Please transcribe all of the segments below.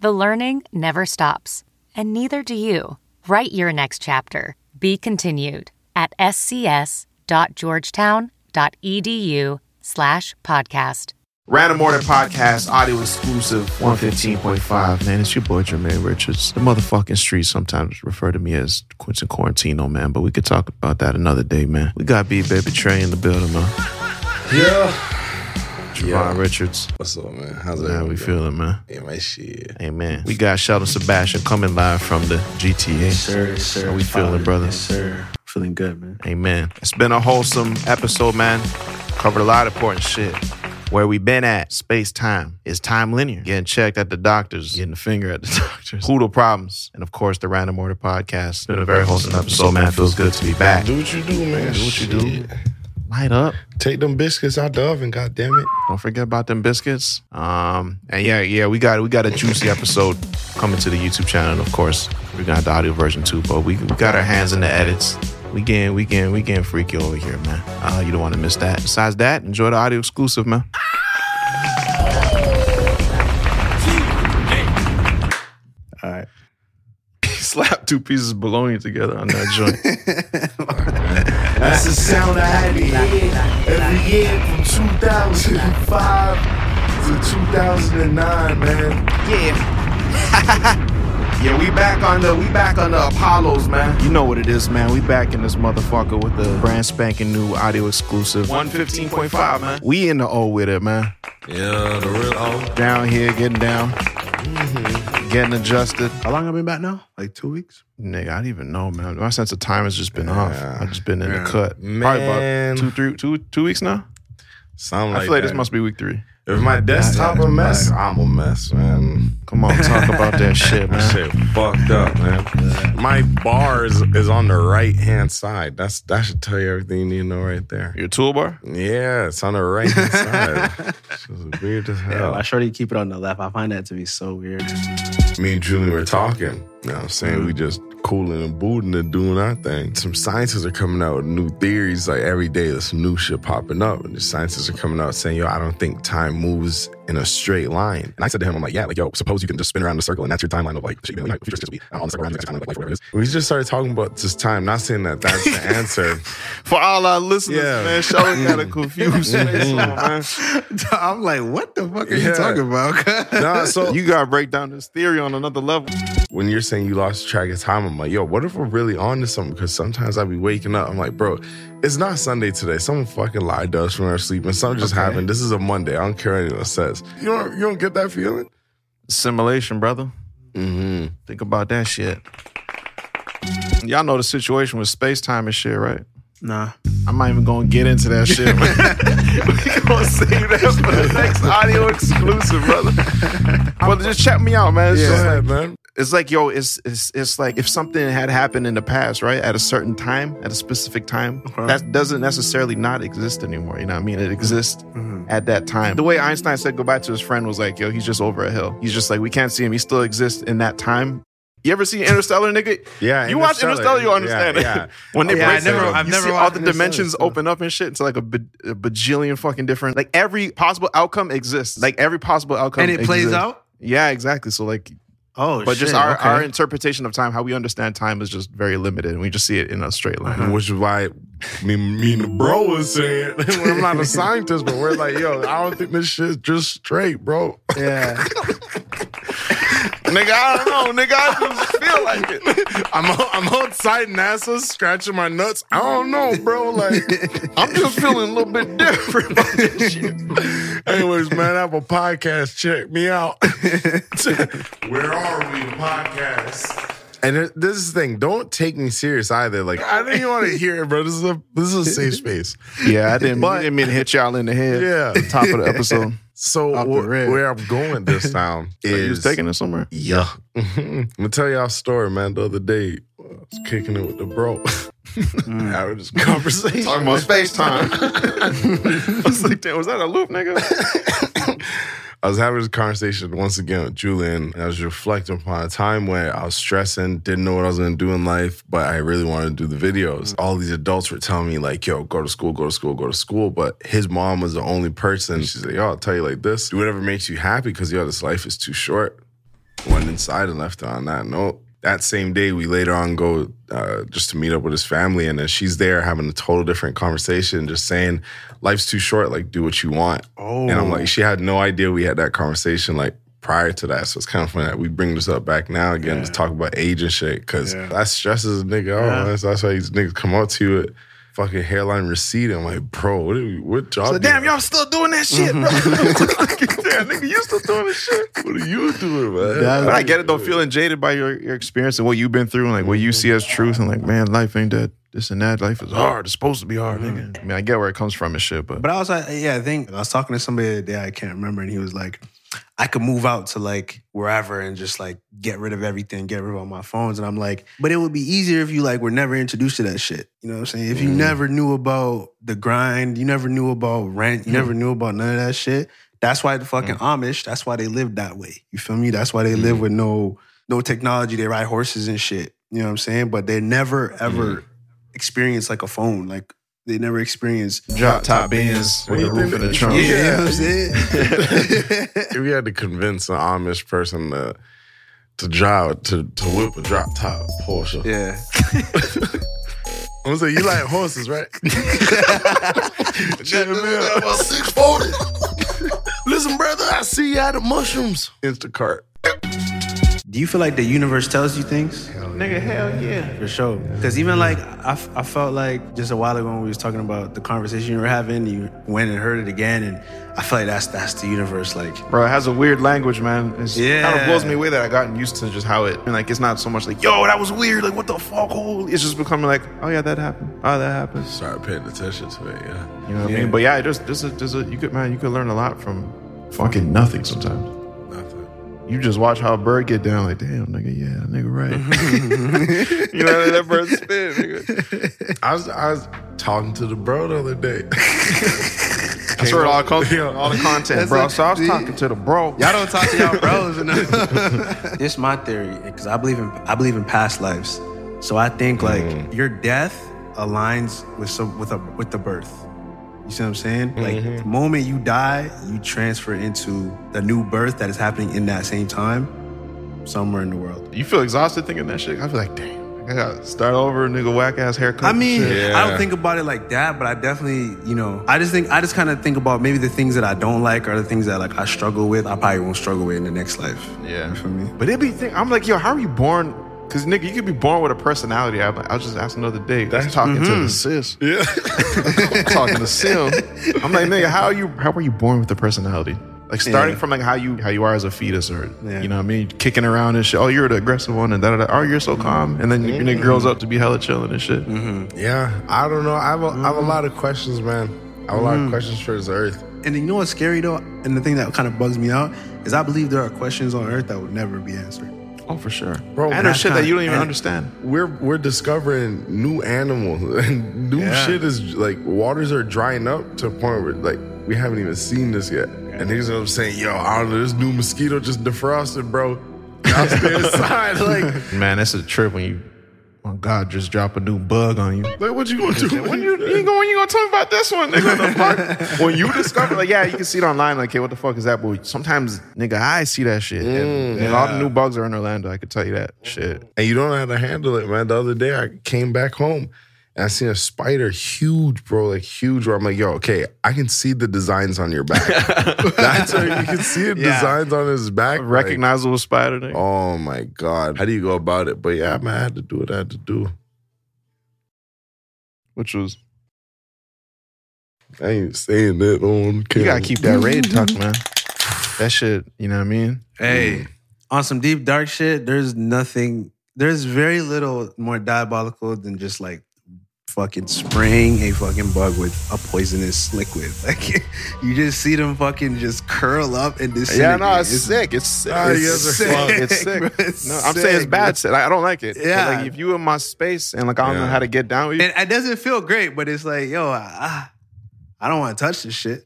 the learning never stops, and neither do you. Write your next chapter. Be continued at scs.georgetown.edu E slash podcast. Random Order Podcast, audio exclusive, 115.5. Man, it's your boy Jermaine Richards. The motherfucking streets sometimes refer to me as Quentin Quarantino, man, but we could talk about that another day, man. We got B Baby Trey in the building, man. Yeah. Javon Yeah. Richards. What's up, man? How's How we everyone doing? feeling, man? Yeah, my shit. Amen. We got Sheldon Sebastian coming live from the GTA. Sir, yes, sir. How we feeling, Father. brother? Yes, sir. Feeling good, man. Amen. It's been a wholesome episode, man. Covered a lot of important shit. Where we been at, space time, is time linear. Getting checked at the doctors, getting the finger at the doctors, poodle problems, and of course the Random Order podcast. Been a very wholesome episode, man. Feels good to be back. Do what you do, man. Do what you do. Light up. Take them biscuits out the oven, God damn it. Don't forget about them biscuits. Um, and yeah, yeah, we got we got a juicy episode coming to the YouTube channel, and of course, we're gonna have the audio version too. But we, we got our hands in the edits. We getting we getting we getting freaky over here, man. Uh, you don't want to miss that. Besides that, enjoy the audio exclusive, man. All right. Slap two pieces of bologna together on that joint. That's the sound I had to hear every year from 2005 to 2009, man. yeah. yeah, we back on the we back on the Apollos, man. You know what it is, man. We back in this motherfucker with the brand spanking new audio exclusive. 115.5, man. We in the O with it, man. Yeah, the real old. down here, getting down, Mm-hmm. getting adjusted. How long have I been back now? Like two weeks? Nigga, I don't even know, man. My sense of time has just been Yeah. off. I've just been in Yeah. the cut. Man. Probably about two, three, two, two weeks now. Something I like feel like that. this must be week three. If my desktop a mess, I'm a mess, man. Come on, talk about that shit, That man. shit fucked up, man. My bar is, is on the right hand side. That's that should tell you everything you need to know right there. Your toolbar? Yeah, it's on the right hand side. This is weird as Yeah. hell. I sure you keep it on the left. I find that to be so weird. Me and Julie were talking. You know what I'm saying? We just cooling and booting and doing our thing. Some scientists are coming out with new theories. Like every day, there's some new shit popping up. And the scientists are coming out saying, yo, I don't think time moves in a straight line. And I said to him, I'm like, yeah, like, yo, suppose you can just spin around in a circle and that's your timeline of like, shit, you know, like, future will be uh, on the circle around the next timeline of, like, whatever it is. We just started talking about just time, not saying that that's the answer. For all our listeners, Yeah. Mm-hmm. man, Sheldon got a confused face on, man. I'm like, what the fuck are you Yeah. talking about? Nah, so You gotta break down this theory on another level. when you're saying you lost track of time, I'm like, yo, what if we're really on to something? Because sometimes I be waking up, I'm like, bro, it's not Sunday today. Someone fucking lied to us from our sleep, and something just happened. This is a Monday. I don't care what anyone says. You don't, you don't get that feeling? Simulation, brother. Mm-hmm. Think about that shit. Y'all know the situation with space time and shit, right? nah. I'm not even gonna get into that shit. Man. we gonna save that for the next audio exclusive, brother. Brother, just check me out, man. It's, Go just like, ahead, man. it's like, yo, it's it's it's like if something had happened in the past, right, at a certain time, at a specific time, Okay. that doesn't necessarily not exist anymore. You know what I mean? It exists Mhm. at that time. Mm-hmm. The way Einstein said goodbye to his friend was like, yo, he's just over a hill. He's just like, we can't see him. He still exists in that time. You ever see Interstellar, nigga? Yeah, You watch Interstellar, you Yeah, understand it. yeah. when they Oh, yeah, break I never- it, I've you never see all watched the Interstellar, dimensions so- open up and shit into like a, ba- a bajillion fucking different. Like every possible outcome exists. Like every possible outcome, And it plays exists. out? Yeah, exactly. So like, Oh, but shit. just our, okay. our interpretation of time, how we understand time, is just very limited, and we just see it in a straight line. Which is why me, me and the bro was saying, I'm not a scientist, but we're like, yo, I don't think this shit's just straight, bro. yeah. Nigga, I don't know. Nigga, I just feel like it. I'm o- I'm outside NASA scratching my nuts. I don't know, bro. Like, I'm just feeling a little bit different about this shit. Anyways, man, I have a podcast. Check me out. Where are we? Podcast. And it- this is the thing. Don't take me serious either. Like I don't even want to hear it, bro. This is a this is a safe space. Yeah, I didn't, I didn't mean to hit y'all in the head. Yeah. at the top of the episode. So Off the wh- rib. where I'm going this time Like, is you was taking it somewhere. Yeah. I'm gonna Mm-hmm. tell y'all a story, man. The other day, I was kicking it with the bro. Having this conversation. space time. I was like, damn, was that a loop, nigga? I was having this conversation once again with Julian. And I was reflecting upon a time where I was stressing, didn't know what I was going to do in life, but I really wanted to do the videos. All these adults were telling me, like, yo, go to school, go to school, go to school. But his mom was the only person. She's like, yo, I'll tell you like this do whatever makes you happy because, yo, this life is too short. Went inside and left on that note. That same day, we later on go uh, just to meet up with his family, and then she's there having a total different conversation, just saying, "Life's too short. Like, do what you want." Oh. And I'm like, she had no idea we had that conversation like prior to that. So it's kind of funny that we bring this up back now again to talk about age and shit because Yeah. that stresses a nigga out. Yeah. man. So that's why these niggas come up to you with fucking hairline receding. I'm like, bro, what, are we, what job? So do damn, you y'all still doing that shit, bro. damn, nigga, you still doing this shit. have? What are you doing, man? And I get it, though, feeling jaded by your, your experience and what you've been through and like what you see as truth and like, man, life ain't that this and that. Life is hard. It's supposed to be hard, nigga. I mean, I get where it comes from and shit, but, But I was like, yeah, I think I was talking to somebody the other day, I can't remember, and he was like, I could move out to like wherever and just like get rid of everything, get rid of all my phones. And I'm like, but it would be easier if you like were never introduced to that shit. You know what I'm saying? If you never knew about the grind, you never knew about rent, you never knew about none of that shit. That's why the fucking Amish, that's why they live that way. You feel me? That's why they live with no no technology. They ride horses and shit. You know what I'm saying? But they never ever experience like a phone. Like they never experience drop top bins with the roof in the trunk. Oh, yeah, you know what I'm saying? if you had to convince an Amish person to to drive to to whip a drop top Porsche, yeah. I'm gonna say you like horses, right? Six forty. Listen, brother, I see you out of mushrooms. Instacart. Do you feel like the universe tells you things? Nigga, hell yeah. For sure. Because even like, I, f- I felt like just a while ago when we was talking about the conversation you were having, you went and heard it again, and I feel like that's that's the universe. Like, Bro, it has a weird language, man. It's yeah. kind of Yeah. blows me away that I gotten used to just how it, and like, it's not so much like, yo, that was weird. Like, what the fuck? Oh, it's just becoming like, oh yeah, that happened. Oh, that happens. Started paying attention to it, yeah. You know what I mean? But yeah, there's there's a, there's a you could man you could learn a lot from fucking nothing sometimes. Nothing. You just watch how a bird get down, like damn nigga, yeah, that nigga right. you know what I mean? that bird spin, nigga. I was I was talking to the bro the other day. That's where it all comes from, all the content, bro. it. So I was talking to the bro. y'all don't talk to y'all bros enough. this my theory because I believe in I believe in past lives, so I think like your death aligns with some with a with the birth. You see what I'm saying? Like the moment you die, you transfer into the new birth that is happening in that same time, somewhere in the world. You feel exhausted thinking that shit? I feel like damn, I gotta start over, nigga, whack ass haircut. I and mean, shit. I Yeah. don't think about it like that, but I definitely, you know, I just think I just kind of think about maybe the things that I don't like or the things that like I struggle with. I probably won't struggle with in the next life. yeah. For me, But it be think I'm like, yo, how are you born? Cause nigga, you could be born with a personality. I, I was just asking the other day. I was talking to the sis. mm-hmm. Yeah. I'm talking to Sim. I'm like, nigga, how are you? How were you born with the personality? Like starting Yeah. from like how you how you are as a fetus, or Yeah. you know what I mean, kicking around and shit. Oh, you're the aggressive one, and da da da. Oh, you're so calm, and then you and it grows up to be hella chilling and shit. Mm-hmm. yeah. Mm-hmm. I don't know. I have a, I have a lot of questions, man. I have a lot of questions for this earth. and you know what's scary though, and the thing that kind of bugs me out is I believe there are questions on Earth that would never be answered. Oh, for sure, Bro, bro. And there's that's shit that kinda- you don't even and- understand. We're we're discovering new animals and new Yeah. shit is like waters are drying up to a point where like we haven't even seen this yet. And niggas are saying, yo, I don't know, this new mosquito just defrosted, bro. Y'all stay inside. Like, Man, that's a trip when you, when God just drop a new bug on you. like what you gonna do? When you, you ain't gonna, when you gonna tell me about this one, nigga? What the fuck? when you discover, like, yeah, you can see it online, like, hey, what the fuck is that? But sometimes, nigga, I see that shit. and, and all the new bugs are in Orlando. I could tell you that shit. and you don't know how to handle it, man. The other day I came back home and I seen a spider, huge, bro, like huge. Where I'm like, yo, okay, I can see the designs on your back. That's how you can see the designs on his back. like, Recognizable spider, nigga. oh my god, how do you go about it? But yeah, man, I had to do what I had to do. which was I ain't saying that on camera. you gotta keep that raid tucked, man. That shit, you know what I mean? Mm. Hey, on some deep dark shit, there's nothing There's very little more diabolical than just like fucking spraying a fucking bug with a poisonous liquid. Like you just see them fucking just curl up and Yeah, disintegrate. no, it's, It's- sick. It's sick. Nah, you it's, guys are sick. fucked. it's sick. Bro, it's No, I'm saying it's sick, bro. bad shit. Like, I don't like it. But, Yeah. like if you in my space and like I don't know Yeah. how to get down with you, It, it doesn't feel great, but it's like, yo, I, I don't want to touch this shit.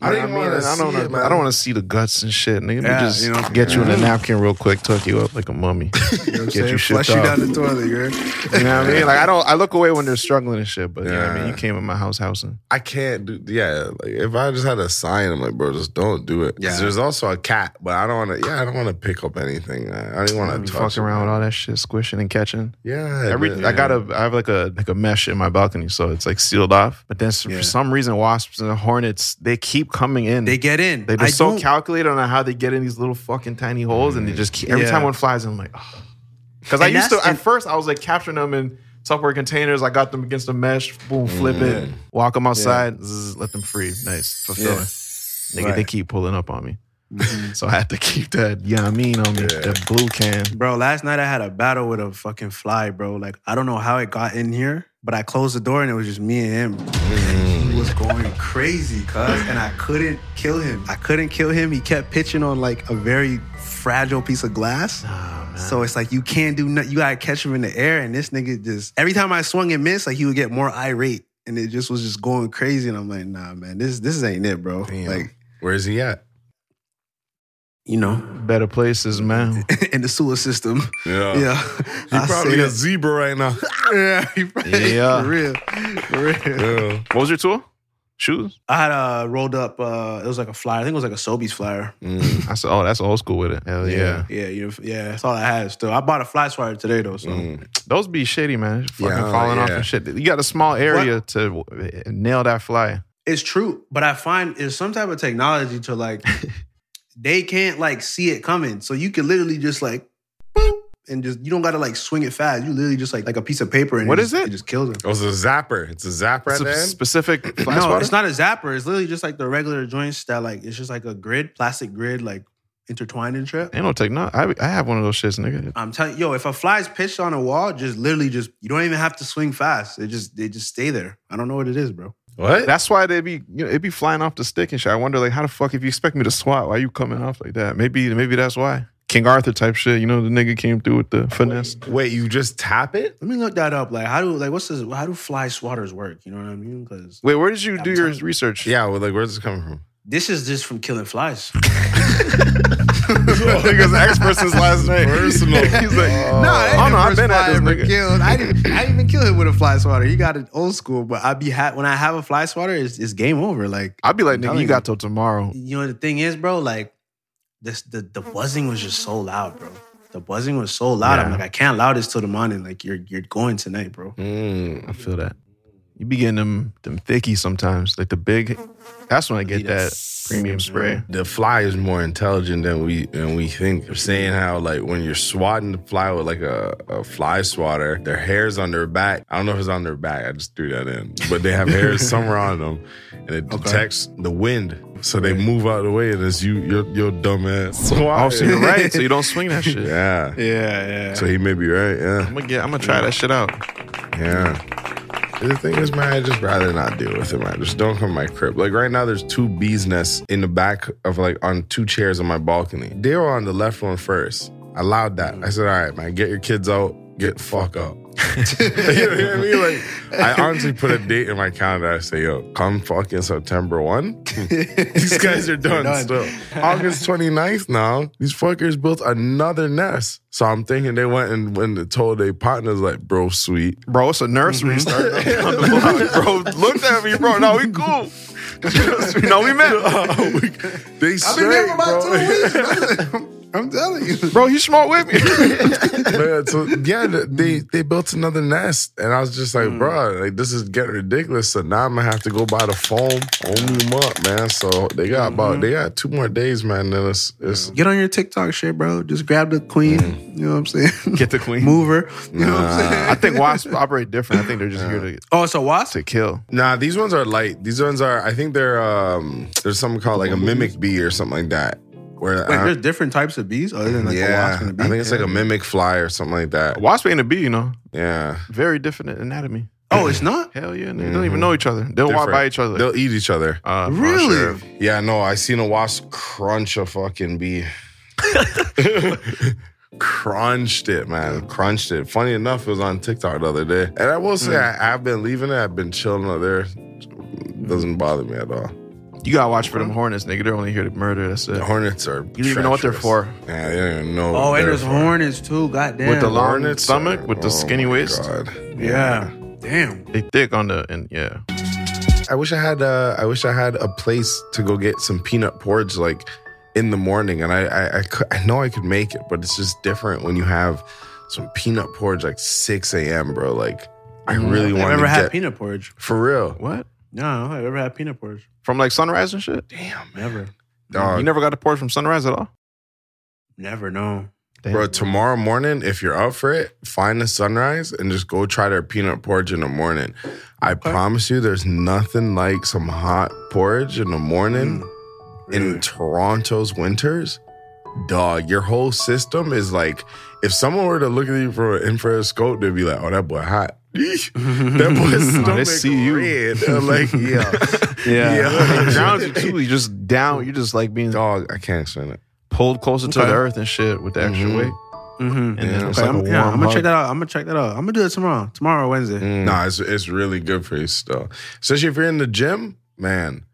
I didn't mean, wanna I don't see wanna- it, man. I don't want to see the guts and shit. Nigga, Yeah, just you know, get you in a napkin real quick, tuck you up like a mummy. You know what I'm Get saying? you Flush shipped you off. down the toilet, girl. You know what I mean? Like I don't. I look away when they're struggling and shit. But yeah, I mean, Yeah. you came in my house housing. I can't do. Yeah, like if I just had a sign, I'm like, bro, just don't do it. 'Cause Yeah. There's also a cat, but I don't want to. Yeah, I don't want to pick up anything. I, I didn't want You to fuck touch around with it. all that shit, squishing and catching. Yeah, Every yeah. I got a I have like a like a mesh in my balcony, so it's like sealed off. But then s- Yeah. for some reason, wasps and hornets they keep coming in. They get in. They, I they're so don't- calculated on how they get in these little fucking tiny holes, and they just keep, every Yeah. time one flies, in, I'm like, because I And used to that's- at and- first I was like capturing them in Tupperware containers. I got them against the mesh, boom, flip it, walk them outside, zzz, let them free. Nice, fulfilling. Yeah. Nigga, they Right. keep pulling up on me, so I had to keep that. Yeah, I mean on me, that blue can. Bro, last night I had a battle with a fucking fly, bro. Like, I don't know how it got in here, but I closed the door and it was just me and him. He was going crazy, cuz. And I couldn't kill him. I couldn't kill him. He kept pitching on like a very fragile piece of glass. So it's like you can't do nothing. You gotta catch him in the air. And this nigga just every time I swung and missed, like he would get more irate. And it just was just going crazy. And I'm like, nah, man, this this ain't it, bro. Damn. Like, Where's he at? you know, Better places, man. in the sewer system. Yeah, Yeah. He I probably say a zebra right now. yeah, he probably, Yeah. for real, for real. yeah. What was your tool? Shoes. I had uh, rolled up. Uh, it was like a flyer. I think it was like a Sobeys flyer. Mm, I said, oh, that's old school with it. Hell yeah. Yeah. Yeah, you know, yeah. That's all I had. Still, I bought a fly swatter today though. So mm. Those be shitty, man. Just Fucking Yeah, falling off yeah. and shit. You got a small area to uh, nail that fly. it's true. But I find there's some type of technology to like they can't like see it coming. So you can literally just like boop, and just you don't gotta like swing it fast. You literally just like like a piece of paper and What it is just, it? It just kills them. It was a zapper. Oh, It's a zapper at Sp- the end. specific fly no, swatter? it's not a zapper. It's literally just like the regular joints that like it's just like a grid, plastic grid, like intertwined and shit. Ain't no technology. I, I have one of those shits, nigga. I'm telling yo, if a fly's pitched on a wall, just literally just you don't even have to swing fast. It just they just stay there. I don't know what it is, bro. what? That's why they be you know it be flying off the stick and shit. I wonder like how the fuck if you expect me to swat, why you coming off like that? Maybe maybe that's why King Arthur type shit. You know the nigga came through with the finesse. Wait, you just tap it? Let me look that up. Like how do like what's this? How do fly swatters work? You know what I mean? Because Wait, where did you do I'm your telling- research? Yeah. Well, like, where's this coming from? this is just from killing flies. nigga's experts since last night. Personal. He's like, Oh. Nah, that ain't oh, no, the I've first been at fly this ever nigga. killed. I didn't, I didn't even kill him with a fly swatter. He got it old school, but I be ha- when I have a fly swatter, it's, it's game over. Like I'd be like, I'm nigga, telling you got till tomorrow. you know the thing is, bro, like this the, the buzzing was just so loud, bro. The buzzing was so loud. I'm Yeah. like, I can't allow this till the morning. Like you're you're going tonight, bro. Mm. I feel that. You be getting them them thickies sometimes, like the big. That's when I get Need a that premium spray. The fly is more intelligent than we than we think. They're saying how like when you're swatting the fly with like a, a fly swatter, their hair's on their back. I don't know if it's on their back. I just threw that in, but they have hairs somewhere on them, and it detects the wind, so they move out of the way, and it's you your your dumb ass. Oh, so you're right. So you don't swing that shit. Yeah. Yeah, So he may be right. Yeah. I'm gonna get. I'm gonna try that shit out. Yeah. The thing is, man, I just rather not deal with it, man. Just don't come to my crib. Like right now, there's two bees nests in the back of like on two chairs on my balcony. They were on the left one first. I allowed that. I said, all right, man, get your kids out, get the fuck out. you know what I mean? Like, I honestly put a date in my calendar. I say, yo, come fucking September 1. These guys are done, Done. still. August 29th now, these fuckers built another nest. So I'm thinking they went and, and told their partners, like, bro, sweet. Bro, it's a nursery starting up on the block. Mm-hmm. Bro, looked at me, bro. No, we cool. no, we met. They I've been there straight, for about two bro. weeks. man. I'm telling you. bro, he smoked with me. Man, so, yeah, th- they they built another nest, and I was just like, Mm. bro, like this is getting ridiculous. So now I'm gonna have to go buy the foam, own them up, man. So they got Mm-hmm. about they got two more days, man. Then it's, it's Get on your TikTok shit, bro. Just grab the queen. Mm. You know what I'm saying? Get the queen. Move her. You know what I'm saying? I think wasps operate different. I think they're just here to, Oh, it's a wasp? to kill. nah. These ones are light. These ones are I think they're um there's something called like a mimic bee or something like that. Where Wait, I- there's different types of bees other than like a yeah, wasp and a bee. I think it's like a mimic fly or something like that. A wasp ain't a bee, you know. Yeah, Very different anatomy. Oh, it's not. Hell yeah, and they don't even know each other. They'll walk Different. by each other. they'll eat each other. Uh, I'm not Really? sure. Yeah, no, I seen a wasp crunch a fucking bee. Crunched it, man. Crunched it. Funny enough, it was on TikTok the other day. And I will Hmm. say, I, I've been leaving it. I've been chilling out there. Doesn't bother me at all. You gotta watch for them hornets, nigga. They're only here to murder. That's it. The hornets are. You don't even know what they're for. Yeah, they don't even know. Oh, what and they're there's for. hornets too. Goddamn. With the long Hornets stomach are- with the oh skinny my waist. God. yeah. Damn. They thick on the and yeah. I wish I had. Uh, I wish I had a place to go get some peanut porridge like in the morning, and I I, I, cou- I know I could make it, but it's just different when you have some peanut porridge like six a.m., bro. Like I really Mm-hmm. I've want to never had get peanut porridge. for real. What? No, I've never had peanut porridge. From like sunrise and shit. Damn, Never. dog, Uh, you never got a porridge from sunrise at all. Never. No. bro. Tomorrow morning, if you're up for it, find the sunrise and just go try their peanut porridge in the morning. I promise you, there's nothing like some hot porridge in the Mm. morning. in Toronto's winters, dog, your whole system is like if someone were to look at you for an infrared scope, they'd be like, "Oh, that boy hot." that boy's Oh, stomach they see you. red. I'm like, yeah, It yeah. drowns you too. You just down. You just like being dog, I can't stand it. pulled closer to Okay. the earth and shit with the extra Mhm. weight. Mm-hmm. And then Yeah. it's like a Okay, I'm, warm yeah, I'm gonna hug. check that out. I'm gonna check that out. I'm gonna do it tomorrow. Tomorrow, or Wednesday. Nah, it's it's really good for you still, especially if you're in the gym, man.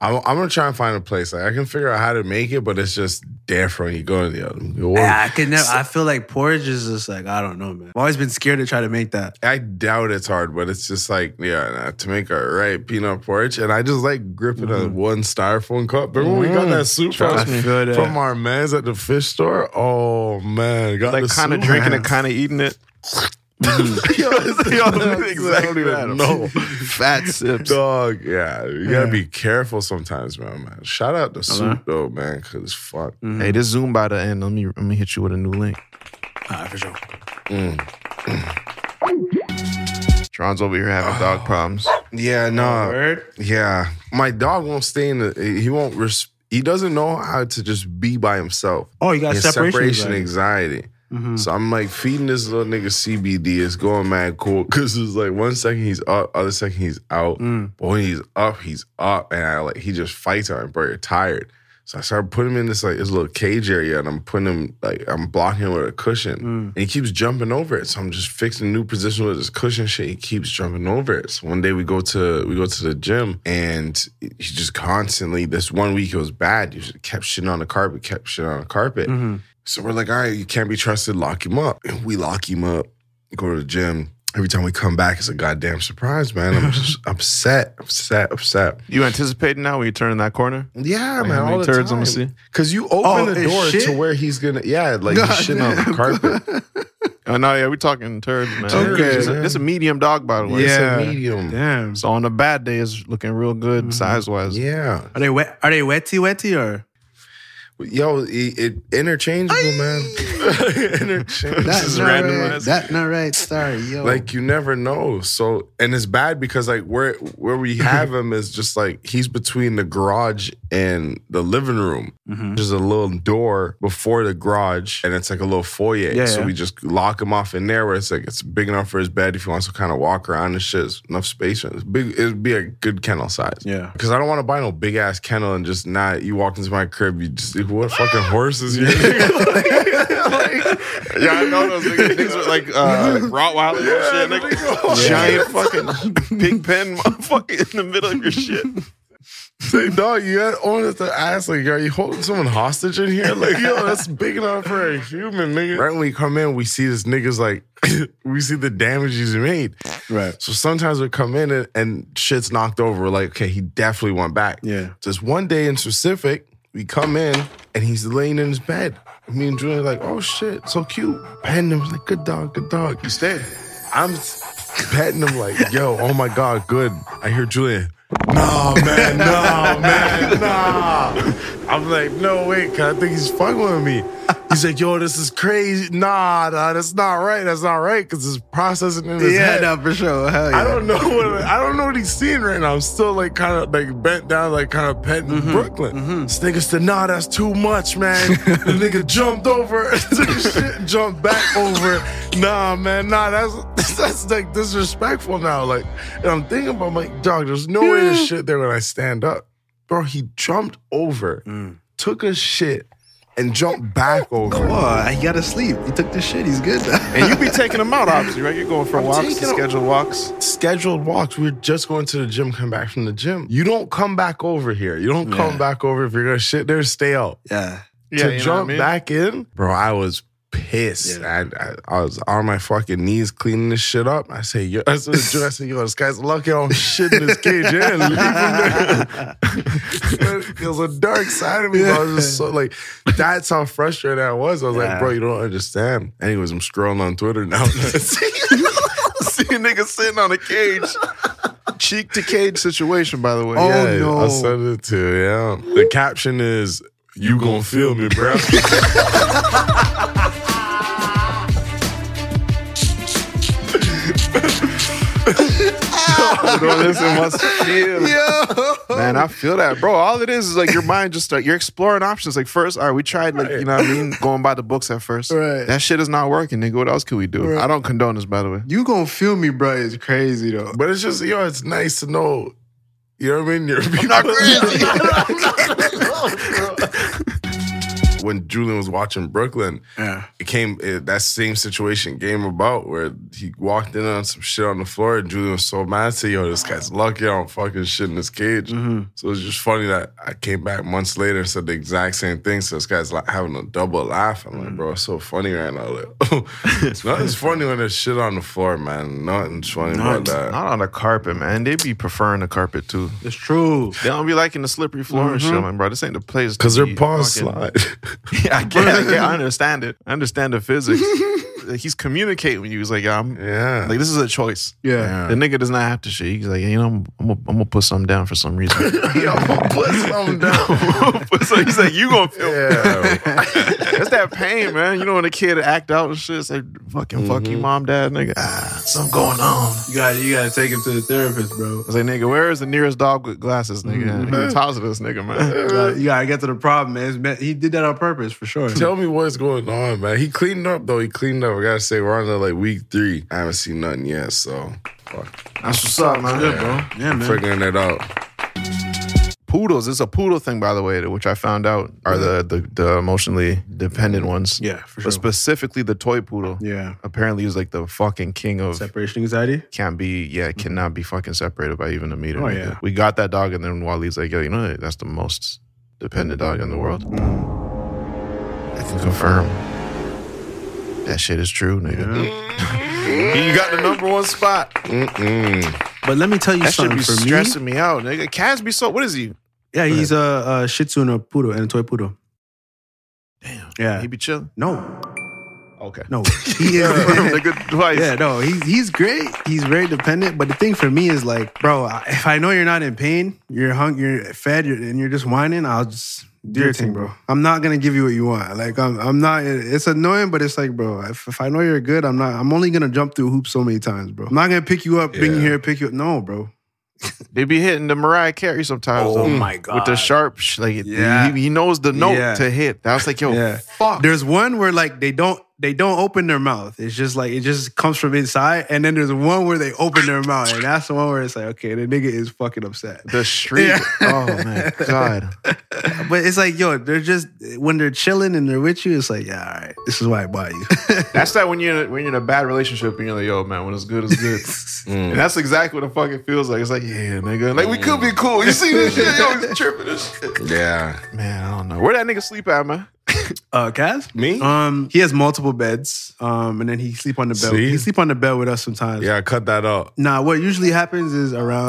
I'm, I'm gonna try and find a place. Like I can figure out how to make it, but it's just different. You go to the other. you Yeah, order- I could never. I feel like porridge is just like I don't know, man. I've always been scared to try to make that. I doubt it's hard, but it's just like, yeah, nah, to make a right peanut porridge. And I just like gripping a one styrofoam cup. Remember when we got that soup Trust from, me. from our mans at the fish store? Oh, man. Got Like the kind of soup. drinking and kind of eating it. Yo, it's- Yo, I don't exactly even that. know. Fat sips. Dog, yeah. You gotta Yeah. be careful sometimes, man, man. Shout out the soup, though, man, because fuck. Mm-hmm. Hey, this Zoom by the end. Let me let me hit you with a new link. All right, for sure. Tron's over here having dog problems. Yeah, no. Oh, Word. Yeah, my dog won't stay in the. He won't. Res- he doesn't know how to just be by himself. Oh, you got Mm-hmm. He has separation anxiety. So I'm like feeding this little nigga CBD. It's going mad cool because it's like one second he's up, other second he's out. Mm. But when he's up, he's up, and I like he just fights out and bro, you're tired. So I started putting him in this like this little cage area, and I'm putting him like I'm blocking him with a cushion, Mm. and he keeps jumping over it. So I'm just fixing a new position with his cushion shit. He keeps jumping over it. So one day we go to we go to the gym, and he just constantly. This one week it was bad. He just kept shitting on the carpet, kept shitting on the Mm-hmm. carpet. So we're like, all right, you can't be trusted. Lock him up. And we lock him up. Go to the gym. Every time we come back, it's a goddamn surprise, man. I'm just upset, upset, upset. You anticipating now when you turn in that corner? Yeah, Like, man. how many All the turds time. I'ma see? Cause you open Oh, the it's door shit? to where he's gonna. Yeah, like he's shitting on the carpet. Oh no, yeah, we talking turds, man. Okay. It's a, it's a medium dog, by the way. Yeah, Mm-hmm. Yeah. it's a medium. Damn. So on a bad day, it's looking real good size wise. Yeah, Are they wet? Are they wetty wetty or? yo, it, it interchangeable, man. interchangeable. That's not randomized. right. That not right. Sorry, yo. Like you never know. So and it's bad because like where where we have him is just like he's between the garage and the living room. Mm-hmm. There's a little door before the garage and it's like a little foyer. Yeah, so yeah. we just lock him off in there where it's like it's big enough for his bed if he wants to kind of walk around and shit. It's enough space. It's big it'd be a good kennel size. yeah. Cause I don't want to buy no big ass kennel and just not you walk into my crib, you just what fucking horse is here? Yeah, I know those niggas, niggas with like uh, Rottweilers and shit. Nigga. oh, Giant fucking pig pen motherfucker in the middle of your shit. Say, dog, you had on to ask, like, are you holding someone hostage in here? Like, yo, that's big enough for a human, nigga. Right when we come in, we see this nigga's like, we see the damage he's made. Right. So sometimes we come in and, and shit's knocked over. We're like, okay, he definitely went back. Yeah. Just one day in specific, we come in and he's laying in his bed. Me and Julian are like, oh shit, so cute. Patting him, like, good dog, good dog. He's dead. I'm patting him like, yo, oh my God, good. I hear Julian. Nah, man, nah, man, nah. I'm like, no, wait, 'cause I think he's fucking with me. He's like, yo, this is crazy. Nah, nah that's not right. That's not right because it's processing in his head. no, for sure. Hell I don't know what I don't know what he's seeing right now. I'm still like kind of like bent down, like kind of petting Brooklyn. This nigga said, "Nah, that's too much, man." the nigga jumped over, took his shit, and jumped back over. Nah, man, nah, that's that's like disrespectful now. Like, and I'm thinking about like, dog, there's no way this shit there when I stand up, bro. He jumped over, took a shit, and jumped back over. Oh, he got to sleep. He took the shit. He's good. And you be taking them out, obviously, right? You're going for I'm walks, taking 'em- scheduled walks. scheduled walks. We are just going to the gym, come back from the gym. You don't come back over here. You don't come Yeah. back over if you're gonna shit there, stay out. yeah. Yeah, you know to what I jump mean? back in, bro, I was pissed. I, I, I was on my fucking knees cleaning this shit up. I say, yo, I said, to Joe, I said, yo, this guy's lucky I'm shitting this cage in. Leave him there. There's a dark side of me. but I was just so like, that's how frustrated I was. I was like, Yeah. bro, you don't understand. Anyways, I'm scrolling on Twitter now. See a nigga sitting on a cage. Cheek to cage situation, by the way. Oh, Yeah, no. I sent it to yeah. The caption is "You gonna feel me, bro." Bro, listen, must feel. Man, I feel that, bro. All it is is like your mind just start. You're exploring options. Like first, all right, we tried, like you know what I mean, going by the books at first. Right. That shit is not working, nigga. What else could we do? Right. I don't condone this, by the way. You gonna feel me, bro? It's crazy though. but it's just yo, it's nice to know. You know what I mean? You're people- when Julian was watching Brooklyn, Yeah. it came it, that same situation came about where he walked in on some shit on the floor and Julian was so mad. I said, yo, this guy's lucky I don't fucking shit in this cage. Mm-hmm. So it's just funny that I came back months later and said the exact same thing. So this guy's like having a double laugh. I'm Mm. like, bro, it's so funny right now. Like, nothing's funny when there's shit on the floor, man. Nothing's funny about that. Not on the carpet, man. They be preferring the carpet too. It's true. They don't be liking the slippery floor and shit, man, bro. This ain't the place. to Mm-hmm. Cause their be paws fucking- slide. Yeah, I can't, I can't understand it. I understand the physics. Like, He's communicating with you. He's like, I'm. yeah. Like this is a choice. Yeah. The nigga does not have to shit. He's like, you know, I'm, I'm, gonna, I'm gonna put something down for some reason. yo, put something down. so he's like, you gonna feel yeah. That's that pain, man. You know when a kid act out and shit, say fucking fuck Mm-hmm. you, mom, dad, nigga. Ah, something going on. You got to you gotta take him to the therapist, bro. I say, nigga, where is the nearest dog with glasses, nigga? Mm-hmm. He talks to this nigga, You man. gotta, you gotta get to the problem, man. It's me- He did that on purpose for sure. Tell me what's going on, man. He cleaned up though. He cleaned up. I gotta say, we're on to like week three. I haven't seen nothing yet, so That's what's up, man. Good, bro. Yeah, man. figuring it out. Poodles, it's a poodle thing, by the way, which I found out are the the, the emotionally dependent ones. Yeah, for But sure. specifically the toy poodle. Yeah. Apparently he's like the fucking king of Separation anxiety. can't be, yeah, cannot be fucking separated by even a meter. Mm-hmm. Oh, nigga. yeah. We got that dog, and then Wally's like, yo, you know, that's the most dependent dog in the world. I can confirm that shit is true, nigga. you got the number one spot. Mm-mm. But let me tell you That should something be for me. stressing me out, nigga. Cats be so, what is he? Yeah, he's a, a Shih Tzu and a poodle and a toy poodle. Damn. Yeah. He be chilling. no, Okay. no, he is. the good advice. Yeah, no, he's he's great. He's very dependent. But the thing for me is like, bro, I- if I know you're not in pain, you're hung, you're fed, you're, and you're just whining, I'll just do your thing, bro. I'm not gonna give you what you want. Like, I'm I'm not. It's annoying, but it's like, bro, if, if I know you're good, I'm not. I'm only gonna jump through hoops so many times, bro. I'm not gonna pick you up, bring you Yeah. here, pick you up. No, bro. They be hitting the Mariah Carey sometimes. though, With the sharp, sh- like, Yeah. he, he knows the note Yeah. to hit. I was like, yo, Yeah. fuck. There's one where like they don't they don't open their mouth. It's just like it just comes from inside. And then there's one where they open their mouth, and that's the one where it's like, okay, the nigga is fucking upset. The street. Yeah. Oh man, God. But it's like, yo, they're just when they're chilling and they're with you, it's like, yeah, all right, this is why I bought you. That's that when you're in a, when you're in a bad relationship and you're like, yo, man, when it's good, it's good. And that's exactly what the fuck it feels like. It's like, yeah, nigga, like we could be cool. You see this shit? Yo, he's tripping this shit. Yeah. Man, I don't know where that nigga sleep at, man. uh, Kaz, Me? um, he has multiple beds, um, and then he sleep on the bed. See? He sleep on the bed with us sometimes. Yeah, cut that out. Nah, what usually happens is around.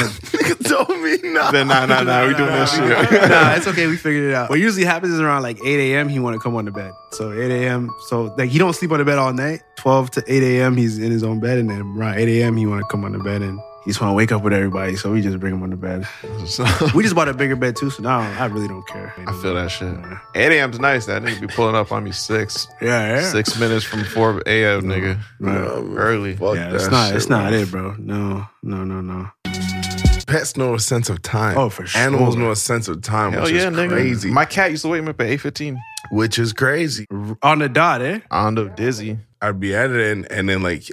Don't mean nothing. Then nah, nah, nah, we doing that shit. nah, it's okay. We figured it out. What usually happens is around like 8 a.m. He want to come on the bed. So 8 a.m. So like he don't sleep on the bed all night. 12 to 8 a.m. He's in his own bed, and then around 8 a.m. he want to come on the bed and He just want to wake up with everybody, so we just bring him on the bed. So, We just bought a bigger bed too, so now I really don't care. I feel that shit. 8 a.m.'s nice. That nigga be pulling up on me six, Yeah, yeah. six minutes from 4 a.m. Nigga, Right. early. fuck Yeah, that it's not. shit, It's not man. it, bro. No, no, no, no. Pets know a sense of time. Oh, for sure. Animals know a sense of time, Hell which yeah, is nigga. crazy. My cat used to wake me up at 8:15. which is crazy. On the dot, eh? I'm the dizzy. I'd be at it, and, and then like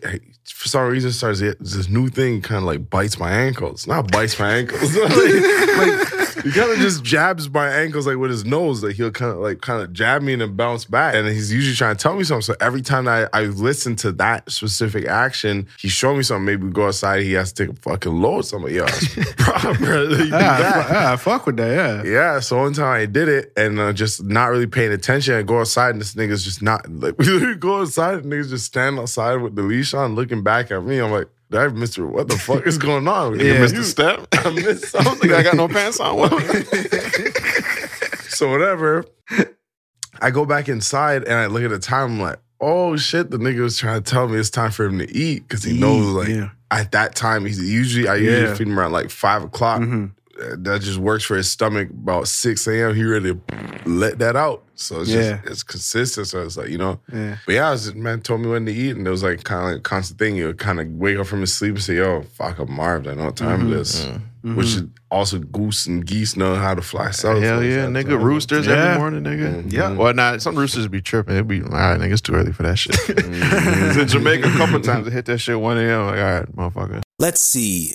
for some reason starts this new thing kind of like bites my ankles. Not bites my ankles. like, like, he kind of just jabs my ankles like with his nose. Like he'll kind of like kind of jab me and then bounce back. And he's usually trying to tell me something. So every time I I listen to that specific action, he show me something. Maybe we go outside. He has to take a fucking load. So I'm like, yo, that's proper. Like, you do Yeah, I that. fu- yeah, I fuck with that. Yeah. Yeah, so one time I did it and uh, just not really paying attention. I go outside and this nigga's just not like we go outside and niggas just stand outside with the leash on, looking back at me. I'm like, did I miss her? What the fuck is going on? Yeah. You missed a step. I missed something. I got no pants on. so whatever. I go back inside and I look at the time. I'm like, oh shit, the nigga was trying to tell me it's time for him to eat because he knows like yeah. at that time he's usually I usually Yeah. feed him around like five o'clock Mm-hmm. Uh, Mhm. that just works for his stomach about 6 a.m. He ready to let that out. So it's Yeah. just it's consistent. So it's like, you know. Yeah. But yeah, I was just, man told me when to eat, and it was like kind of like a constant thing. You would kind of wake up from his sleep and say, "Yo, fuck, I'm marved. I know what Mm-hmm. time it is." Which is also goose and geese know how to fly south. Hell So it's yeah, like, nigga. so- Roosters Yeah. every morning, nigga. Yeah. Well, nah, some roosters be tripping. It'd be, all right, nigga, it's too early for that shit. It's in Jamaica a couple times. I hit that shit 1 a.m. Like, all right, motherfucker. Let's see.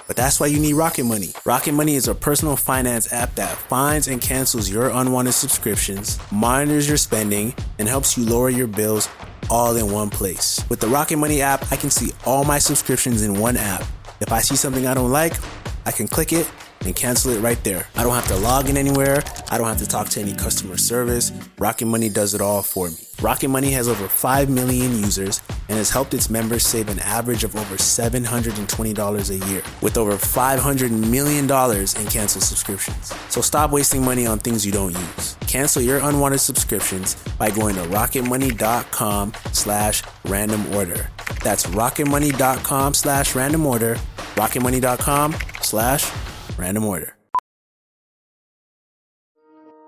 But that's why you need Rocket Money. Rocket Money is a personal finance app that finds and cancels your unwanted subscriptions, monitors your spending, and helps you lower your bills all in one place. With the Rocket Money app, I can see all my subscriptions in one app. If I see something I don't like, I can click it and cancel it right there. I don't have to log in anywhere. I don't have to talk to any customer service. Rocket Money does it all for me. Rocket Money has over 5 million users and has helped its members save an average of over $720 a year with over $500 million in canceled subscriptions. So stop wasting money on things you don't use. Cancel your unwanted subscriptions by going to rocketmoney.com slash random order. That's rocketmoney.com slash random order, rocketmoney.com slash Random order.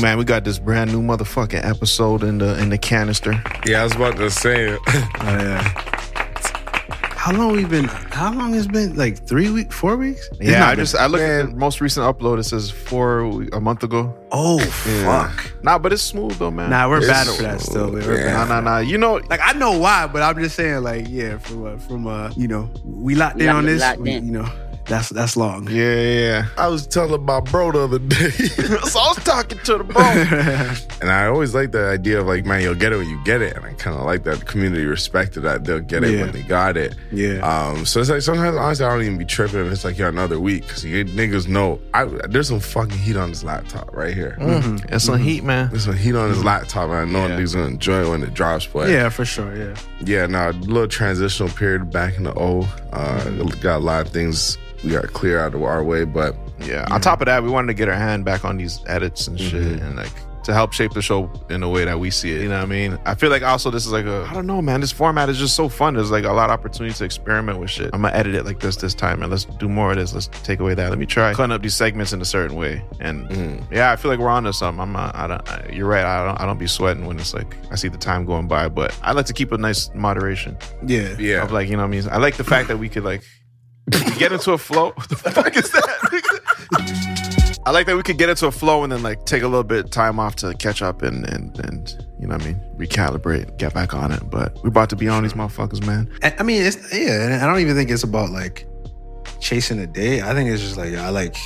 Man, we got this brand new motherfucking episode in the in the canister. Yeah, I was about to say. Oh, yeah. How long we been? How long has been? Like three weeks, four weeks? It's Yeah, not I been- just I looked at the Man. most recent upload. It says four we- a month ago. Oh Yeah. fuck! Nah, but it's smooth though, man. Nah, we're It's- bad for that still. man. We're Yeah. bad. nah, nah, nah. You know, Like I know why, but I'm just saying, like, yeah, from uh, from uh, you know, we locked in Lock- on this. locked we- in. You know, that's that's long. yeah, yeah. I was telling my bro the other day. So I was talking to the bro. And I always like the idea of like, man, you'll get it when you get it. And I kind of like that community respect that they'll get it Yeah. when they got it. Yeah. Um, so it's like sometimes honestly, I don't even be tripping if it's like, yeah, another week. Because you niggas know, I, there's some fucking heat on this laptop right here. Mm. Mm-hmm. It's some heat, man. There's some heat on this laptop. And I know Yeah. niggas gonna enjoy it when it drops. But yeah, for sure. Yeah. yeah, no, a little transitional period back in the O. Uh, Mm. Got a lot of things we got to clear out of our way. But Yeah. On top of that, we wanted to get our hand back on these edits and shit, and like to help shape the show in a way that we see it. You know what I mean? I feel like also this is like a I don't know, man. This format is just so fun. There's like a lot of opportunity to experiment with shit. I'm gonna edit it like this this time, and let's do more of this. Let's take away that. Let me try cutting up these segments in a certain way. And yeah, I feel like we're onto something. I'm not. I don't. I, you're right. I don't. I don't be sweating when it's like I see the time going by, but I like to keep a nice moderation. Yeah. yeah. Of like, you know what I mean? I like the fact that we could like get into a flow. What the fuck is that? I like that we could get into a flow and then like take a little bit of time off to catch up and and and you know what I mean recalibrate, get back on it. But we're about to be on these motherfuckers, man. I I mean, it's yeah, and I don't even think it's about like chasing a day. I think it's just like I like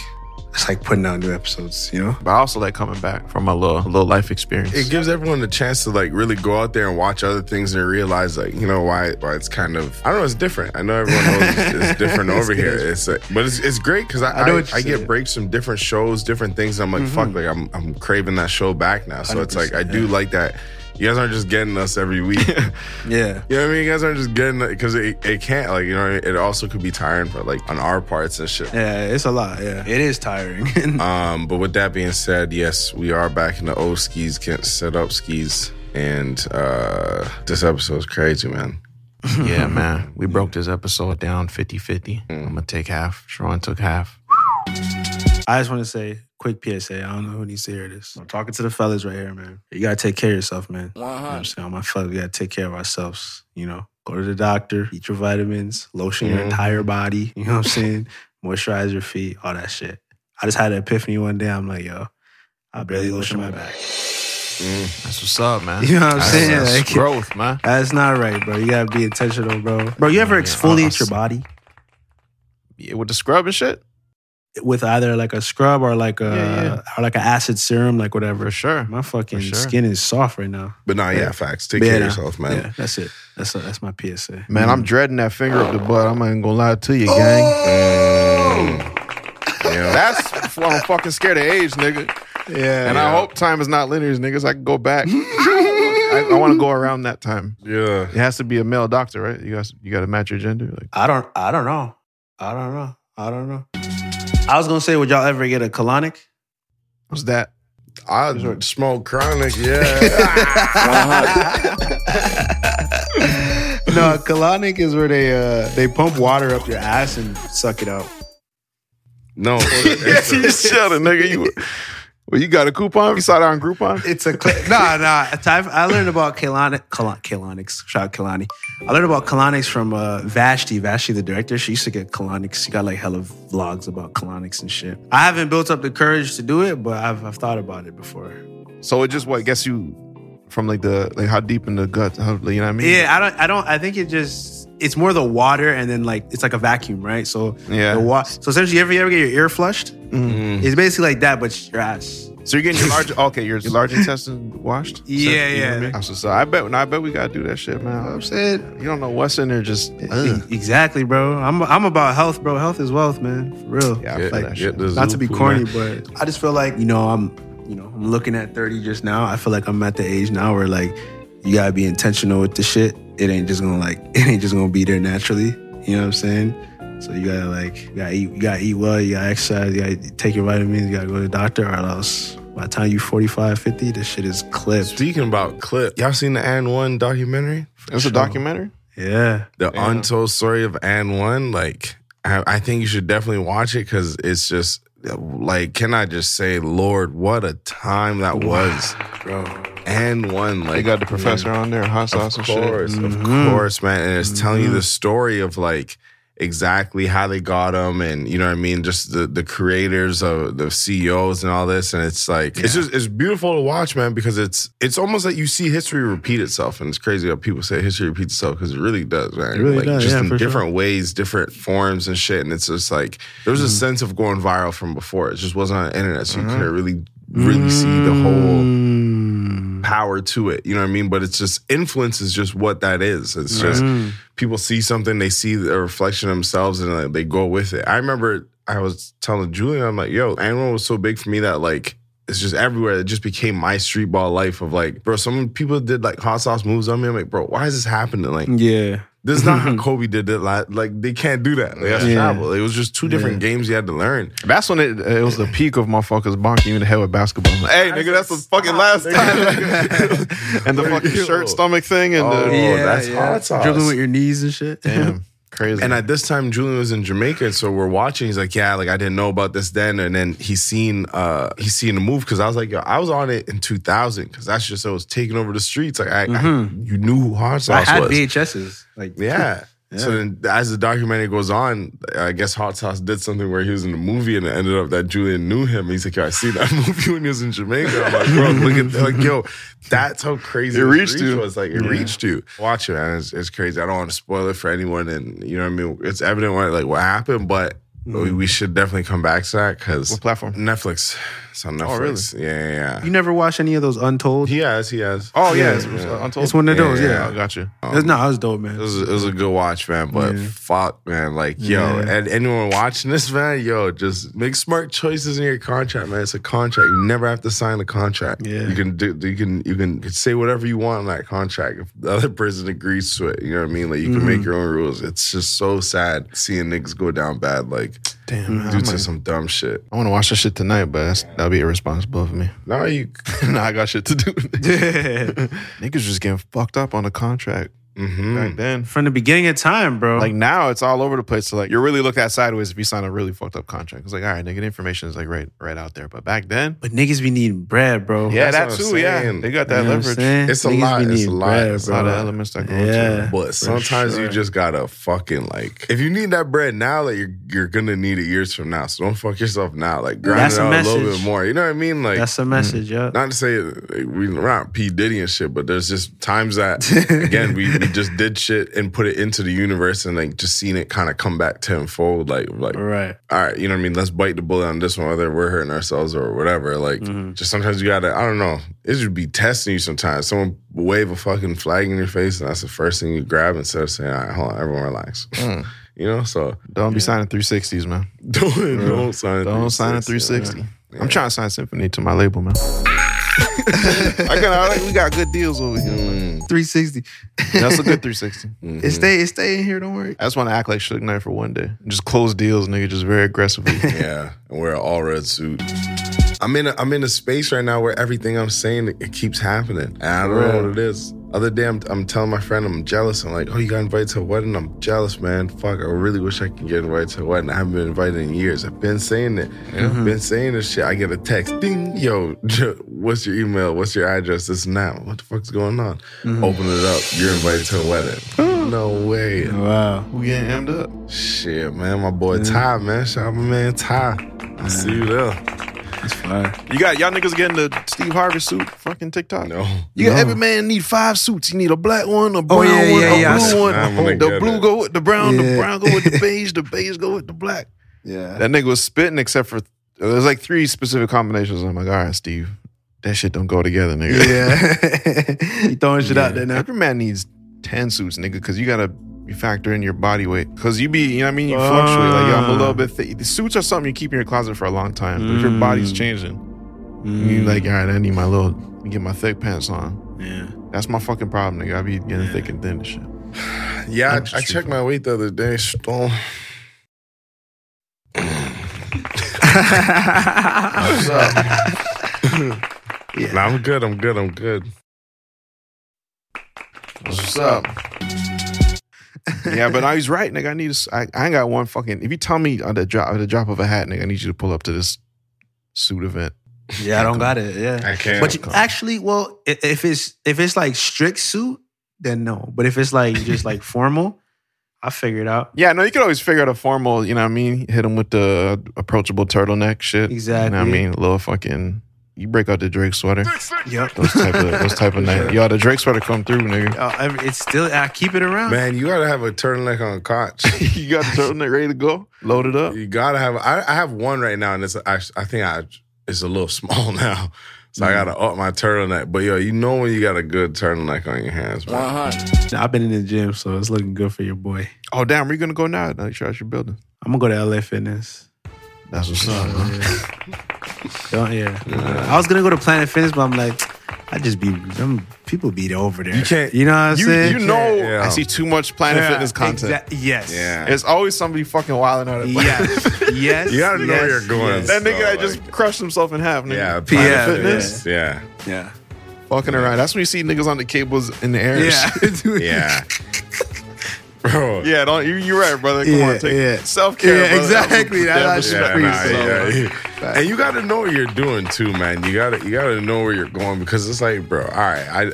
it's like putting out new episodes, you know? But I also like coming back from a little little life experience. It gives everyone the chance to like really go out there and watch other things and realize like you know why why it's kind of I don't know it's different. I know everyone knows it's, it's different over here. It's like, but it's, it's great because I I know I, I, what you're get saying. Mm-hmm. breaks from different shows, different things. And I'm like fuck, like I'm I'm craving that show back now. So it's like I do like that. You guys aren't just getting us every week. you know Yeah. what I mean? You guys aren't just getting because it, it can't like you know what I mean? it also could be tiring for like on our parts and shit. Yeah, it's a lot. Yeah. It is tiring. And Um, but with that being said, yes, we are back in the old skis, can't set up skis. And uh this episode is crazy, man. yeah, man. We broke this episode down 50-50. Mm. I'm gonna take half. Sharon took half. I just want to say, quick PSA. I don't know who needs to hear this. I'm talking to the fellas right here, man. You gotta take care of yourself, man. You know what I'm saying? All my fellas, we gotta take care of ourselves. You know, go to the doctor, eat your vitamins, lotion your entire body. You know what I'm saying? Moisturize your feet, all that shit. I just had an epiphany one day. I'm like, yo, I barely lotion my back. That's what's up, man. You know what I'm That's- saying? that's Like- growth, man. That's not right, bro. You gotta be intentional, bro. Bro, you ever Yeah, exfoliate I'll- your body Yeah, with the scrub and shit, with either like a scrub or like a Yeah, yeah. or like an acid serum, like whatever? for sure. My fucking For sure. skin is soft right now. But nah, yeah, Yeah. facts. Take Yeah, care of nah. yourself, man. Yeah, that's it. That's that's my PSA. Man, I'm dreading that finger up the butt. I'm not even gonna lie to you, Oh! gang. Mm. Yeah. That's why I'm fucking scared of age, nigga. Yeah. And I hope time is not linear, niggas. I can go back. I, I want to go around that time. yeah. It has to be a male doctor, right? You guys, you got to match your gender. Like, I don't. I don't know. I don't know. I don't know. I was gonna say, would y'all ever get a colonic? what's that? I smoke chronic, yeah. no, a colonic is where they uh they pump water up your ass and suck it out. no, it's a- it's Shut up, nigga. You, well, you got a coupon? You saw that on Groupon? It's a cl- no, no. It's- I've, I learned about colonic, colon, colonics. Shout out Kalani. I learned about colonics from uh, Vashti. Vashti, the director, she used to get colonics. She got like hella vlogs about colonics and shit. I haven't built up the courage to do it, but I've, I've thought about it before. So it just what gets you from like the like how deep in the gut? How, you know what I mean? Yeah, I don't. I don't. I think it just. It's more the water, and then like it's like a vacuum, right? So Yeah. Mm-hmm. the wa- So essentially, you ever you ever get your ear flushed? It's basically like that, but it's your ass. So you're getting your large okay, your, your large intestine washed. Yeah, So, you know yeah. what I, mean? That's what's up. I bet. I bet we gotta do that shit, man. I'm saying you don't know what's in there. Just ugh. E- Exactly, bro. I'm I'm about health, bro. Health is wealth, man. For real. yeah, I Get- feel that get shit. the Not to zoo be poo, corny, man. but I just feel like you know I'm you know I'm looking at 30 just now. I feel like I'm at the age now where like you gotta be intentional with the shit. It ain't just gonna like it ain't just gonna be there naturally. You know what I'm saying? So you gotta like you gotta eat you gotta eat well. You gotta exercise. You gotta take your vitamins. You gotta go to the doctor or else. By the time you 45, 50, this shit is clipped. Speaking about clip, y'all seen the Ann One documentary? It's a documentary. Yeah. The untold story of Ann One. Like, I, I think you should definitely watch it because it's just like, can I just say, Lord, what a time that was, bro. Ann One, like, They got the professor on there, hot sauce of and course, shit. of Mm-hmm. course, man. And it's telling you the story of like exactly how they got them, and you know what I mean, just the the creators of the CEOs and all this. And it's like it's just it's beautiful to watch, man, because it's it's almost like you see history repeat itself, and it's crazy how people say history repeats itself because it really does, man. It really like does, just yeah, in for sure. different ways, different forms and shit. And it's just like there was Mm-hmm. a sense of going viral from before. It just wasn't on the internet, so you couldn't really really see the whole Mm. power to it. You know what I mean? But it's just influence is just what that is. It's just Mm-hmm. Mm. people see something, they see a reflection of themselves, and like, they go with it. I remember I was telling Julian, I'm like, yo, Animal was so big for me that like it's just everywhere. It just became my street ball life of like, bro, some people did like hot sauce moves on me. I'm like, bro, why is this happening? Like, Yeah. this is not how Kobe did it. Like, like, they can't do that. Like, that's Yeah. travel. It was just two different games you had to learn. That's when it, it was the peak of motherfuckers bonking you in the head with basketball. I'm like, hey, nigga, that's the fucking last time. and the fucking shirt stomach thing and Oh, the that's hot sauce. Dribbling with your knees and shit. damn crazy. And at this time, Julian was in Jamaica, so we're watching. He's like, "Yeah, like I didn't know about this then." And then he's seen, uh, he's seen the move because I was like, "Yo, I was on it in 2000 because that's just it was taking over the streets. Like, I, I you knew who hot I sauce had was, VHSs. Like yeah." So then, as the documentary goes on, I guess Hot Sauce did something where he was in a movie and it ended up that Julian knew him. He's like, "Yo, I see that movie when he was in Jamaica." I'm like, "Bro, look at that. like, yo, that's how crazy It his reached reach you. was. Like, it reached you. Watch it, man. It's, it's crazy. I don't want to spoil it for anyone, and you know what I mean. It's evident what like what happened, but we, we should definitely come back to that because What platform? Netflix. It's on Netflix. Oh, really? Yeah, yeah. You yeah. never watched any of those Untold? He has. He has. Oh yeah, it's, it's Untold. It's one of those, yeah. Oh, I got you. That's not us dope, man. It was, it was a good watch, man. But fuck, man. Like, yo, and anyone watching this, man, yo, just make smart choices in your contract, man. It's a contract. You never have to sign a contract. Yeah. You can do you can you can say whatever you want on that contract if the other person agrees to it. You know what I mean? Like you can Mm-hmm. make your own rules. It's just so sad seeing niggas go down bad, like Damn, man, due I, to might- some dumb shit. I want to watch that shit tonight, but that's, that'd be irresponsible of me. Now you nah, I got shit to do. Niggas just getting fucked up on the contract Mhm. back then. From the beginning of time, bro. Like now, it's all over the place. So like, you're really looked at sideways if you sign a really fucked up contract. It's like, all right, nigga, the information is like right, right out there. But back then, but niggas be needing bread, bro. yeah, that that's what too. I'm Yeah, saying. they got that You know what I'm leverage. saying? It's a Niggas lot. be It's a needing lot. It's a lot of bro. elements that go into Yeah. it. But sometimes you just gotta fucking like if you need that bread now, like you're you're gonna need it years from now. So don't fuck yourself now. Like grind That's it a out a little message. bit more. You know what I mean? Like That's the message, yeah. not to say like, we we're not P Diddy and shit, but there's just times that again we, we just did shit and put it into the universe and like just seen it kind of come back tenfold. Like like Right. all right, you know what I mean? Let's bite the bullet on this one, whether we're hurting ourselves or whatever. Like, just sometimes you gotta, I don't know, it should be testing you sometimes. Someone wave a fucking flag in your face, and that's the first thing you grab instead of saying, all right, hold on, everyone relax. Mm. you know, so Don't be signing 360s, man. don't, don't sign a Don't sign a 360. I'm trying to sign Symphony to my label, man. I got, I, we got good deals over here. man. 360. That's a good 360. It stay, it stay in here, don't worry. I just want to act like Suge Knight for one day. Just close deals, nigga, just very aggressively. Yeah, and wear an all red suit. I'm in a, I'm in a space right now where everything I'm saying it, it keeps happening. And I don't know what it is. Other day I'm, I'm telling my friend I'm jealous. I'm like, oh, you got invited to a wedding? I'm jealous, man. Fuck, I really wish I could get invited to a wedding. I haven't been invited in years. I've been saying it. I've been saying this shit. I get a text, ding, yo, what's your email? What's your address? This and that. What the fuck's going on? Open it up. You're invited to a wedding. no way. Wow. we getting hemmed up. Shit, man, my boy Ty, man. Shout out my man Ty. I see you there. You got y'all niggas getting the Steve Harvey suit, fucking TikTok. Oh, No. You got every man need five suits. You need a black one, a brown yeah, one, yeah, a yeah, I blue see- one. I'm gonna the get blue it. go with the brown, the Yeah. brown go with the beige, the beige go with the black. Yeah. That nigga was spitting except for there's like three specific combinations. I'm like, all right, Steve, that shit don't go together, nigga. Yeah. you throwing shit out there now. Every man needs ten suits, nigga, because you gotta you factor in your body weight. Cause you be, you know what I mean? You fluctuate. Like, yo, I'm a little bit thick. The suits are something you keep in your closet for a long time. But if your Mm. body's changing, you like, all right, I need my little get my thick pants on. Yeah. That's my fucking problem, nigga. I be getting thick and thin and shit. Yeah, I, I'm just I checked my weight the other day. Stole. What's up? Nah, I'm good. I'm good. I'm good. What's up? yeah, but I was right, nigga. I need. A, s- I, I ain't got one fucking. If you tell me at the drop at the drop of a hat, nigga, I need you to pull up to this suit event. Yeah, I don't got it. Yeah. I can't. But you, actually, well, i- if it's if it's like strict suit, then no. But if it's like just like formal, I figure it out. Yeah, no, you could always figure out a formal. You know what I mean? Hit him with the approachable turtleneck shit. You know what I Exactly. mean? A little fucking. You break out the Drake sweater. Yep. Those type of those type of night. Y'all, the Drake sweater come through, nigga. Uh, every- it's still I keep it around. Man, you gotta have a turtleneck on Koch. you got the turtleneck ready to go, loaded up. You gotta have. I, I have one right now, and it's. I, I think I. It's a little small now, so I gotta up my turtleneck. But yo, you know when you got a good turtleneck on your hands, man. I've been in the gym, so it's looking good for your boy. Oh damn, where you gonna go now? Now you sure at your building. I'm gonna go to LA Fitness. That's what's up. man. Don't yeah. I was gonna go to Planet Fitness, but I'm like, I just be them people be over there. You can't- You know what I'm You, saying? you know, Yeah. I see too much Planet Yeah, Fitness content. exact- yes. Yeah. It's always somebody fucking wilding out. At Planet Yeah. yes. You gotta know yes, where you're going. yes. That nigga So, that just like- crushed himself in half, nigga. Yeah, Yeah, Planet Fitness. Yeah, Yeah. Fucking around. That's when you see niggas on the cables in the air. Yeah. yeah. bro. Yeah, don't you, you're right, brother. Come Yeah, on, take yeah. self care. Yeah, exactly. That- that should Yeah, Free nah, solo. yeah, yeah. And you got to know what you're doing too, man. You gotta you gotta know where you're going because it's like, bro. All right, I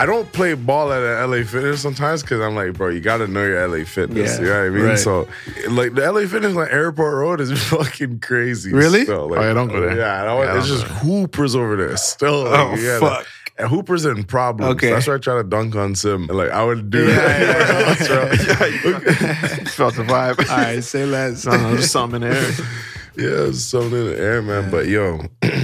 I don't play ball at an LA Fitness sometimes because I'm like, bro, you gotta know your LA Fitness. Yeah, you know what I mean? right. So, like the LA Fitness on Airport Road is fucking crazy. Really? Still. Like, Oh, yeah, don't go there. Yeah, I don't, Yeah, I it's don't just Hoopers over there. Still, like, Oh, you gotta- fuck. And Hooper's in problems. Okay. That's why I try to dunk on Sim. Like I would do Yeah, that. yeah, yeah. Felt the vibe. All right, say less. No, Uh-huh. no, there's something in there. Yeah, it's something in the air, man. But yo,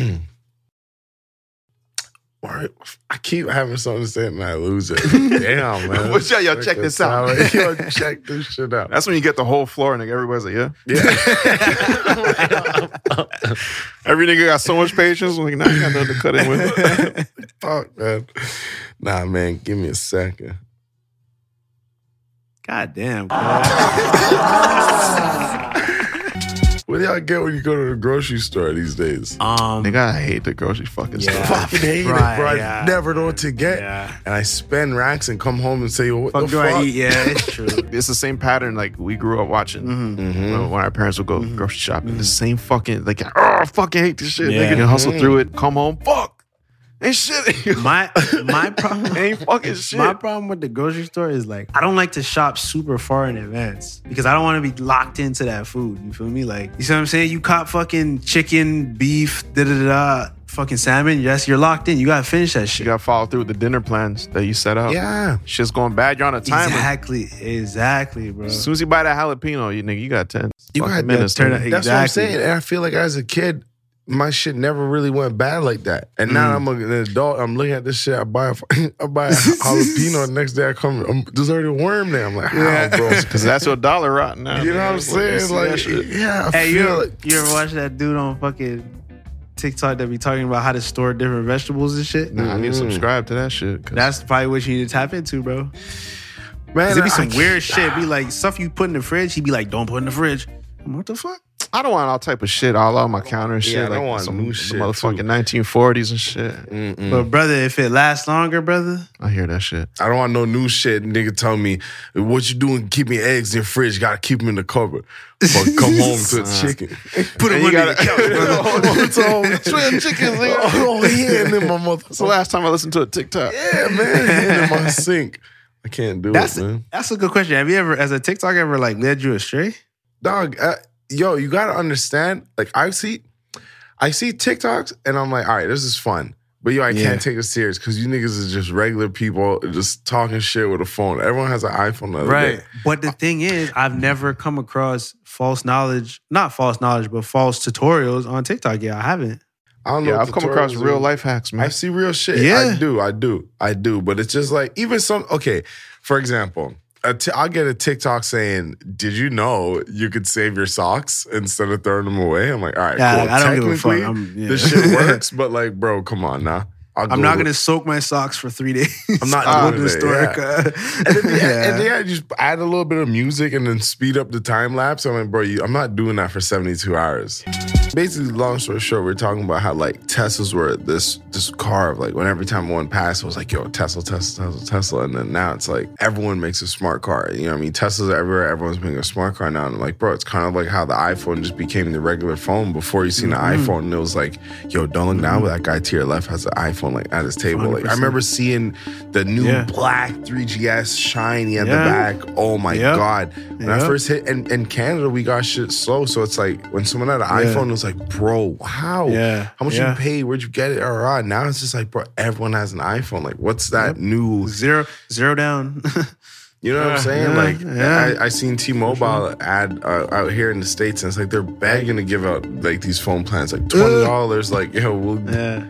all right, I keep having something to say and I lose it. Damn, man. What's up, yo? Check Freaking this out. time. yo, check this shit out. That's when you get the whole floor, nigga. Everybody's like, yeah. yeah. Every nigga got so much patience. Like, now I got nothing to cut in with. Fuck, man. Nah, man. Give me a second. God damn. What do y'all get when you go to the grocery store these days? Um, nigga, I hate the grocery fucking Yeah. stuff. fucking hate Right, it, bro. yeah. I never know what to get. Yeah. And I spend racks and come home and say, what fuck the do fuck? I eat? Yeah, it's true. It's the same pattern like we grew up watching. Mhm. When, when our parents would go grocery shopping, the Mm-hmm. same fucking like, oh, I fucking hate this shit. Yeah. Nigga, hustle through it, come home, fuck, ain't shit, My my problem ain't fucking shit. My problem with the grocery store is like I don't like to shop super far in advance because I don't want to be locked into that food. You feel me? Like you see what I'm saying? You caught fucking chicken, beef, da da da, da, fucking salmon. Yes, you're locked in. You gotta finish that you shit. gotta follow through with the dinner plans that you set up. Yeah. shit's going bad. You're on a timer. Exactly, exactly, bro. As soon as you buy that jalapeno, you nigga, you got ten. You fucking got minutes. turn nigga. it- That's what I'm Exactly. saying. And I feel like as a kid, my shit never really went bad like that. And Mm. now I'm an adult. I'm looking at this shit. I buy a, I buy a jalapeno. the next day I come, I'm, there's already a worm there. I'm like, how, bro? Cause that's your dollar right now. You know what I'm nigga. Like, I saying? see that Like, shit. yeah, I Hey, you feel ever, like you ever watch that dude on fucking TikTok that be talking about how to store different vegetables and shit? Nah, I need to mm-hmm. subscribe to that shit. 'cause- That's probably what you need to tap into, bro. man, Cause it'd be I some can't- weird shit. Be like stuff you put in the fridge. He'd be like, "Don't put in the fridge." I'm, What the fuck? I don't want all type of shit all on my counter and shit. Yeah, I like don't want some new shit, Motherfucking too. Mm. 1940s and shit. But brother, if it lasts longer, brother, I hear that shit. I don't want no new shit. Nigga tell me what you doing keeping eggs in fridge. Gotta keep them in the cupboard. But come home to the chicken. put And him you under gotta- the couch, brother. Shredded chicken. Oh, yeah, and then my mother. That's the last time I listened to a TikTok. Yeah, man. In my sink. I can't do That's it, man. that's a good question. Have you ever, as a TikTok, ever like led you astray? Dog, uh, yo, you gotta understand. Like, I see, I see TikToks, and I'm like, all right, this is fun. But yo, I Yeah. can't take it serious because you niggas is just regular people just talking shit with a phone. Everyone has an iPhone now. But the thing is, I've never come across false knowledge, not false knowledge, but false tutorials on TikTok. Yeah, I haven't. I don't know. Yeah, I've come across tutorials real are- life hacks, man. I see real shit. Mm-hmm. Yeah. I do. I do. I do. But it's just like even some. Okay, for example, a t- I'll get a TikTok saying, "Did you know you could save your socks instead of throwing them away?" I'm like, all right, Yeah, cool. I don't give a fuck. Technically, I'm- yeah. This shit works, but like, bro, come on now. I'll I'm go not with- gonna soak my socks for three days. I'm not I'll doing go to the it, store. yeah. cuz. And then, yeah. and Yeah. then I just add a little bit of music and then speed up the time lapse. I'm like, bro, you, I'm not doing that for 72 hours. Basically, long story short, we're talking about how like Teslas were this this car of like when every time one passed, it was like, yo, Tesla, Tesla, Tesla, Tesla. And then now it's like everyone makes a smart car. You know what I mean? Teslas are everywhere, everyone's making a smart car now. And I'm like, bro, it's kind of like how the iPhone just became the regular phone before you seen the Mm-hmm. iPhone. And it was like, yo, don't look now, but that guy to your left has an iPhone like at his table. Like I 100%. remember seeing the new Yeah. black 3GS shiny at Yeah. the back. Oh my Yep. god! When I Yep. first hit and in Canada, we got shit slow. So it's like when someone had an Yeah. iPhone, it was like, bro, how? Yeah. How much Yeah. you pay? Where'd you get it? All right. Now it's just like, bro, everyone has an iPhone. Like, what's that new? Zero, zero down. You know what I'm saying? yeah, like, yeah. I, I seen T-Mobile ad uh, out here in the states, and it's like they're begging to give out like these phone plans, like twenty dollars. Like, yo, we'll yeah.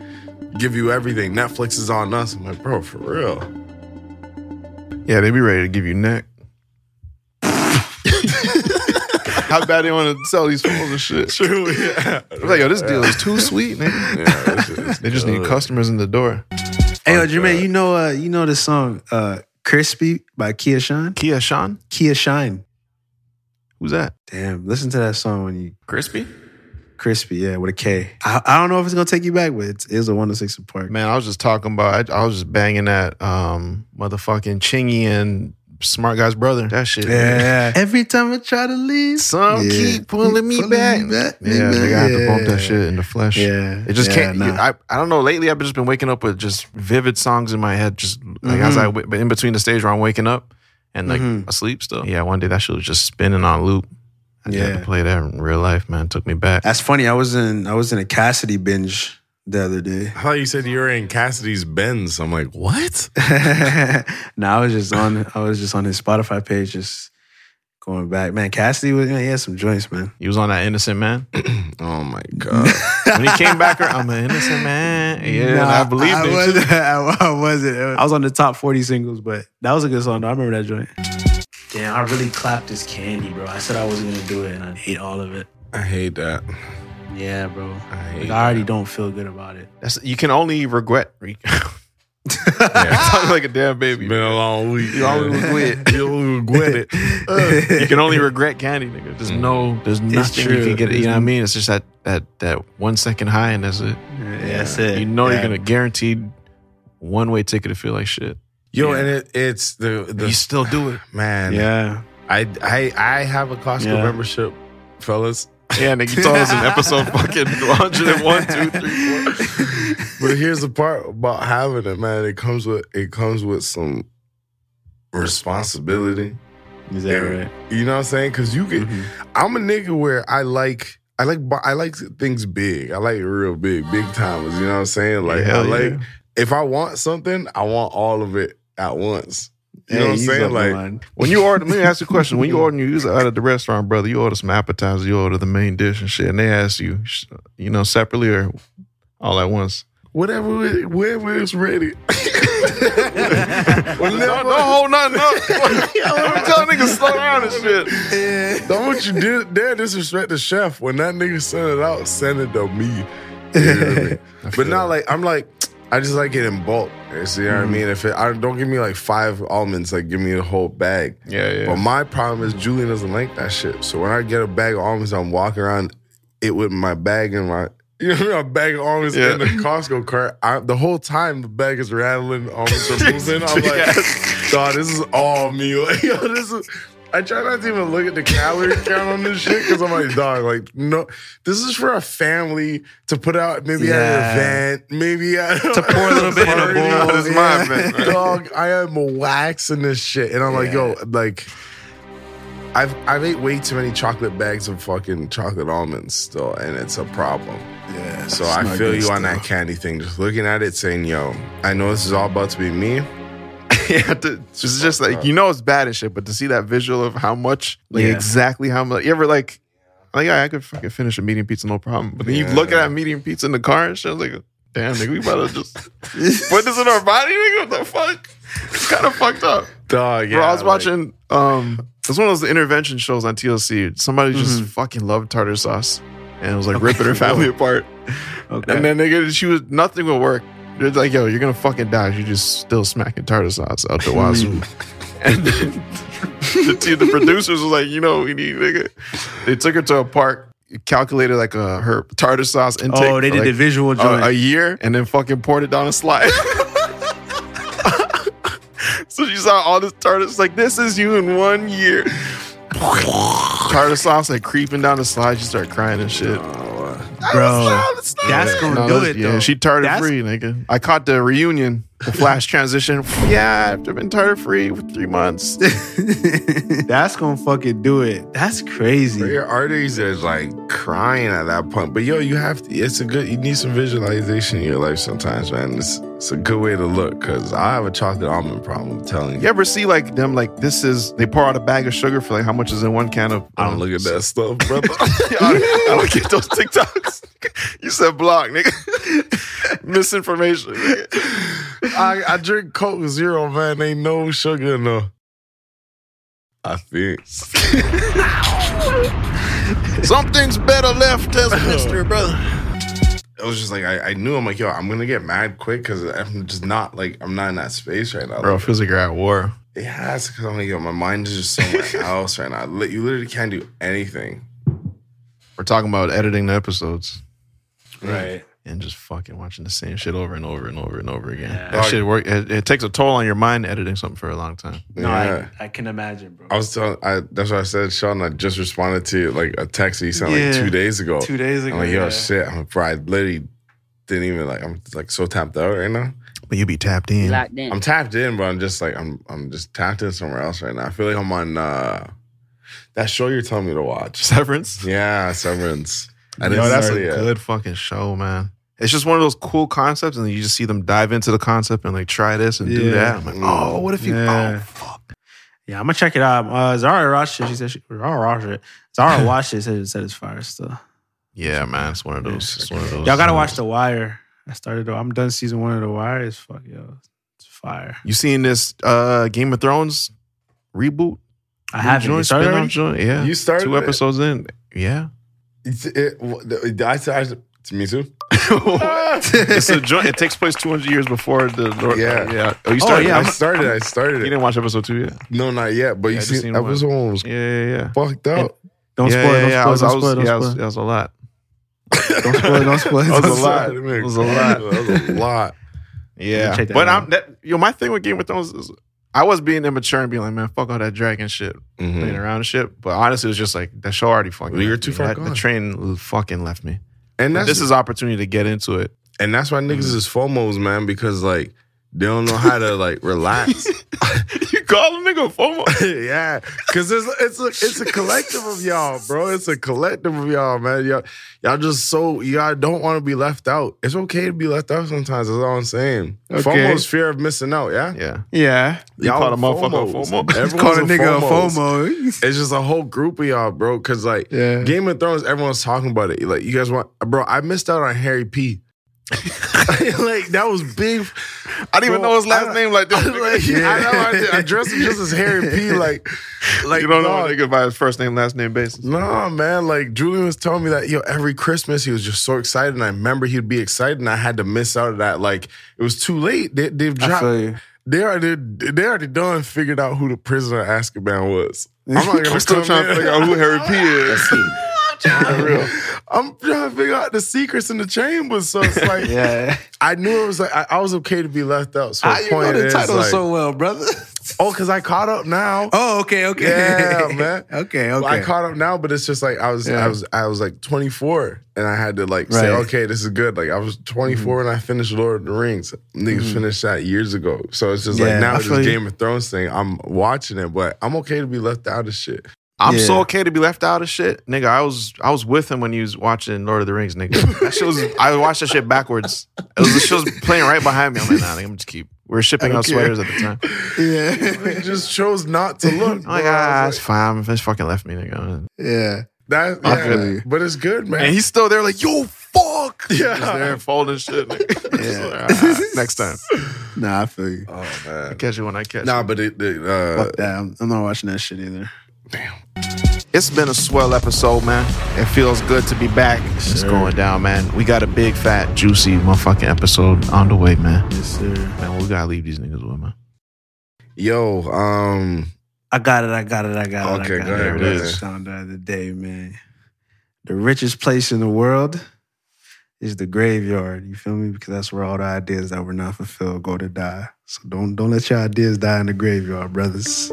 give you everything. Netflix is on us. I'm like, bro, for real. yeah, they be ready to give you neck. How bad they want to sell these phones and shit. True. Yeah. I'm like, yo, this deal is too sweet, nigga. They just need customers in the door. Hey, yo, Jermaine, you know, uh, you know the song uh, "Crispy" by Kia Shine. Kia Sean? Kia Shine. Who's that? Damn, listen to that song when you Crispy? crispy, yeah, with a K. I, I don't know if it's gonna take you back, but it's, it's a one to six apart. Man, I was just talking about. I, I was just banging that um, motherfucking Chingy and smart guy's brother. That shit. Yeah. Every time I try to leave, Some Yeah. keep pulling me Pulling back. me back. Yeah, they gotta have to bump that Yeah. shit in the flesh. Yeah. It just Yeah, can't. nah. you- I, I don't know. Lately, I've just been waking up with just vivid songs in my head, just like as I w- but in between the stage where I'm waking up and like asleep still. Mm-hmm. Yeah, one day that shit was just spinning on loop. I yeah. had to Yeah. play that in real life, man. It took me back. That's funny. I was in I was in a Cassidy binge the other day. I thought you said you were in Cassidy's Benz. I'm like, what? no, I was just on I was just on his Spotify page, just going back. Man, Cassidy was man, he had some joints, man. He was on that innocent man. Oh my god. when he came back, I'm an innocent man. Yeah, and I believed I it. too. Wasn't, I wasn't. I was on the top 40 singles, but that was a good song. Though. I remember that joint. Damn, I really clapped this candy, bro. I said I wasn't gonna do it, and I hate all of it. I hate that. Yeah, bro. I hate. Like, that. I already don't feel good about it. That's, you can only regret. Talking Yeah. like a damn It's baby. been a long week. You always regret. You always regret it. you can only regret candy, nigga. There's no, Mm. there's nothing you true. can get. You know what I mean? It's just that that that one second high, and that's it. that's it. You know you're Yeah. gonna guaranteed one way ticket to feel like shit. Yo, and it, it's the, But the you still do it. man. Yeah. I I I have a Costco Yeah. membership, fellas. Yeah, nigga. You told us in episode fucking 101, 2, 3, 4. But here's the part about having it, man. It comes with it comes with some responsibility. Is Yeah. You know what I'm saying? Because you Mm-hmm. can. I'm a nigga where I like. I like bu- I like things big. I like real big, big timers. You know what I'm saying? Like Yeah, I like yeah. if I want something, I want all of it at once. You know what I'm saying? Like When you order, let me ask you a question. When you order, you was out at the restaurant, brother. You order some appetizers, you order the main dish and shit, and they ask you, sh- you know, separately or all at once. whatever, it- wherever it's ready. Don't, don't hold nothing up. Yo, Let me tell niggas slow down and shit. Don't want you did dare disrespect the chef when that nigga sent it out, send it to me. You know what I mean? but not like I'm like I just like it in bulk. You see what I mean? If it, I don't give me like five almonds, like give me the whole bag. Yeah, yeah. But my problem is Julian doesn't like that shit. So when I get a bag of almonds, I'm walking around it with my bag and my you know what I mean? a bag of almonds Yeah. in the Costco cart. I, the whole time the bag is rattling, almonds are moving. I'm like, dog, this is all me. Like, yo, this is. I try not to even look at the calorie count on this shit because I'm like, dog, like, no, this is for a family to put out maybe Yeah. at an event, maybe at to pour a little bit in a bowl, This is yeah. my event, dog. I am waxing this shit, and I'm like, yo, like, I've I've ate way too many chocolate bags of fucking chocolate almonds still, and it's a problem. yeah. So I feel you on that candy thing. Just looking at it, saying, "Yo, I know this is all about to be me." yeah, to, it's just like you know it's bad and shit, but to see that visual of how much, like Yeah. exactly how much. You ever like, like yeah, I could fucking finish a medium pizza no problem, but then you look at that medium pizza in the car and shit, I was like, damn, nigga, we about to just put this in our body, nigga. What the fuck? It's kind of fucked up. Dog, yeah. Bro, I was like- watching. um It's one of those intervention shows on TLC. Somebody just fucking loved tartar sauce, and it was like ripping her family apart. Okay. And then nigga, she was nothing would work. They're like, yo, you're gonna fucking die. You just still smacking tartar sauce out the wazoo. and then the, t- the producers was like, you know, what we need nigga. They took her to a park, calculated like a, her tartar sauce intake. Oh, they for, did the like, visual joint. a, a year, and then fucking poured it down a slide. so she saw all this tartar. It's like this is you in one year. tartar sauce like creeping down the slide. She started crying and shit. bro, that's gonna No, do that's- it yeah, though. she tartar That's- free, nigga. I caught the reunion, the flash transition. Yeah, I've been tartar free for three months. that's gonna fucking do it. That's crazy. Bro, Your arteries is like crying at that point. But yo, you have to, it's a good, you need some visualization in your life sometimes, man. It's, it's a good way to look because I have a chocolate almond problem, I'm telling You you. ever see like them like this is they pour out a bag of sugar for like how much is in one can of I don't um, look at that stuff, brother. Yeah, I I don't get those TikToks. you said block, nigga. Misinformation. nigga. I, I drink Coke Zero, man. Ain't no sugar in there. I think. Something's better left as a mystery, brother. It was just like, I, I knew, I'm like, yo, I'm going to get mad quick because I'm just not like, I'm not in that space right now. Bro, it feels like you're at war. It has because I'm like, yo, my mind is just somewhere else right now. Li- You literally can't do anything. We're talking about editing the episodes. Right. and just fucking watching the same shit over and over and over and over again. Yeah. That shit work. It, it takes a toll on your mind editing something for a long time. No, Yeah. I, I can imagine, bro. I was telling, I, that's what I said, Sean. I just responded to like a text he sent Yeah. like two days ago. two days I'm ago. like, yo, yeah. shit. I'm like, bro, I literally didn't even like, I'm like so tapped out right now. But you be tapped in. Locked in. I'm tapped in, but I'm just like, I'm I'm just tapped in somewhere else right now. I feel like I'm on uh that show you're telling me to watch. Severance. Yeah, Severance. I didn't No, that's start a it yet. good fucking show, man. It's just one of those cool concepts, and you just see them dive into the concept and like try this and do Yeah. Mm, that. I'm like, oh, what if you? Yeah. Oh, fuck. Yeah, I'm gonna check it out. Uh, Zara watched it. She said she Zara watched it. Zara watched it. Said, said it's fire still. Oh, Yeah, man, it's one of those. It's one of those. uh, Y'all gotta shows. watch The Wire. I started. I'm done season one of The Wire. It's fuck yo, it's fire. You seen this uh Game of Thrones reboot? I haven't. You Joint, started spin-off already? joint? Yeah, You started two it. episodes in. Yeah, It's- it- w- I, I, to me too. it's a joint. It takes place 200 years before the Lord. Yeah. yeah. Oh, you Oh started. yeah, I I'm- started. I you started it. didn't watch episode two yet. No, not yet. But Yeah, I you just see, seen seen one. episode one was Yeah, yeah, yeah. fucked up. yeah, yeah, Don't spoil. Don't yeah. spoil. I was, I Don't was, spoil. Don't yeah, I was, spoil. that was a lot. Don't spoil. Don't spoil. That Don't was a spoil. lot. It was a lot. That was a lot. Yeah, check that but out. I'm that. You know, my thing with Game of Thrones is I was being immature and being like, man, fuck all that dragon shit, playing Mhm. around and shit. But honestly, it was just like that show already fucking. We were left too me. far That- The gone. train fucking left me. And that's this is opportunity to get into it. and that's why niggas is FOMOs, man, because like they don't know how to like relax. you call a nigga FOMO. yeah, because it's it's a, it's a collective of y'all, bro. It's a collective of y'all, man. Y'all, y'all just so y'all don't want to be left out. It's okay to be left out sometimes. That's all I'm saying. Okay. FOMO is fear of missing out. Yeah, Yeah, Yeah. You call a motherfucker FOMOs. FOMO? Everyone's Call a nigga a FOMOs. FOMO. It's just a whole group of y'all, bro. Cause like Yeah. Game of Thrones, everyone's talking about it. Like you guys want, bro. I missed out on Harry P. like that was big. I didn't even Bro, know his I- last name like this. like, I know I, did- I dressed him just as Harry P. Like, like you don't know dog, a nigga by his first name, last name basis. No, man. Like Julian was telling me that yo, every Christmas he was just so excited, and I remember he'd be excited, and I had to miss out on that. Like it was too late. They, they've I dropped. feel you. They already they already done figured out who the prisoner of Azkaban was. I'm not gonna I'm still come trying to in- figure out who Harry P is. For real. I'm trying to figure out the secrets in the chambers. So it's like Yeah. I knew it was like I, I was okay to be left out. So How the you point know the is, title like, so well, brother? oh, because I caught up now. Oh, okay, okay. Yeah, man. Okay, okay. Well, I caught up now, but it's just like I was, Yeah. I was, I was like 24, and I had to like say, Right. okay, this is good. Like I was 24 when I finished Lord of the Rings. Niggas finished that years ago, so it's just Yeah, like now I it's feel this you. Game of Thrones thing. I'm watching it, but I'm okay to be left out of shit. I'm so Yeah. okay to be left out of shit, nigga. I was I was with him when he was watching Lord of the Rings, nigga. That shit was I watched that shit backwards. It was the shit was playing right behind me. I'm like, nah, nigga, I'm just keep. We were shipping out sweaters at the time. I just chose not to look. I'm like, bro. I ah, was it's fine. It's fucking left me, nigga. Yeah. like, that, I feel yeah, you. but it's good, man. And he's still there, like, yo, fuck. Yeah. He's there folding shit. nigga. Yeah. Like, "Ah, next time, Nah, I feel you. oh man, catch you when I catch. you. nah, but it, it, uh, Fuck that. I'm, I'm not watching that shit either. It's been a swell episode, man. It feels good to be back. It's just going down, man. We got a big, fat, juicy motherfucking episode on the way, man. Yes, sir. Man, we gotta leave these niggas with, man. yo, um, I got it. I got it. I got Okay, it. I got go ahead, it. I go read ahead. this down the other day, man. The richest place in the world is the graveyard. You feel me? Because that's where all the ideas that were not fulfilled go to die. So don't don't let your ideas die in the graveyard, brothers.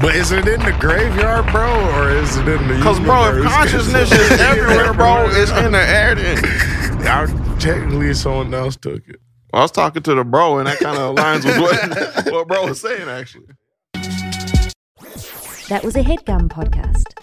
but is it in the graveyard, bro, or is it in the? Cause bro, if universe? consciousness is everywhere, bro, it's in the air. Then. I, technically, someone else took it. I was talking to the bro, and that kind of aligns with what, what bro was saying, actually. That was a headgum podcast.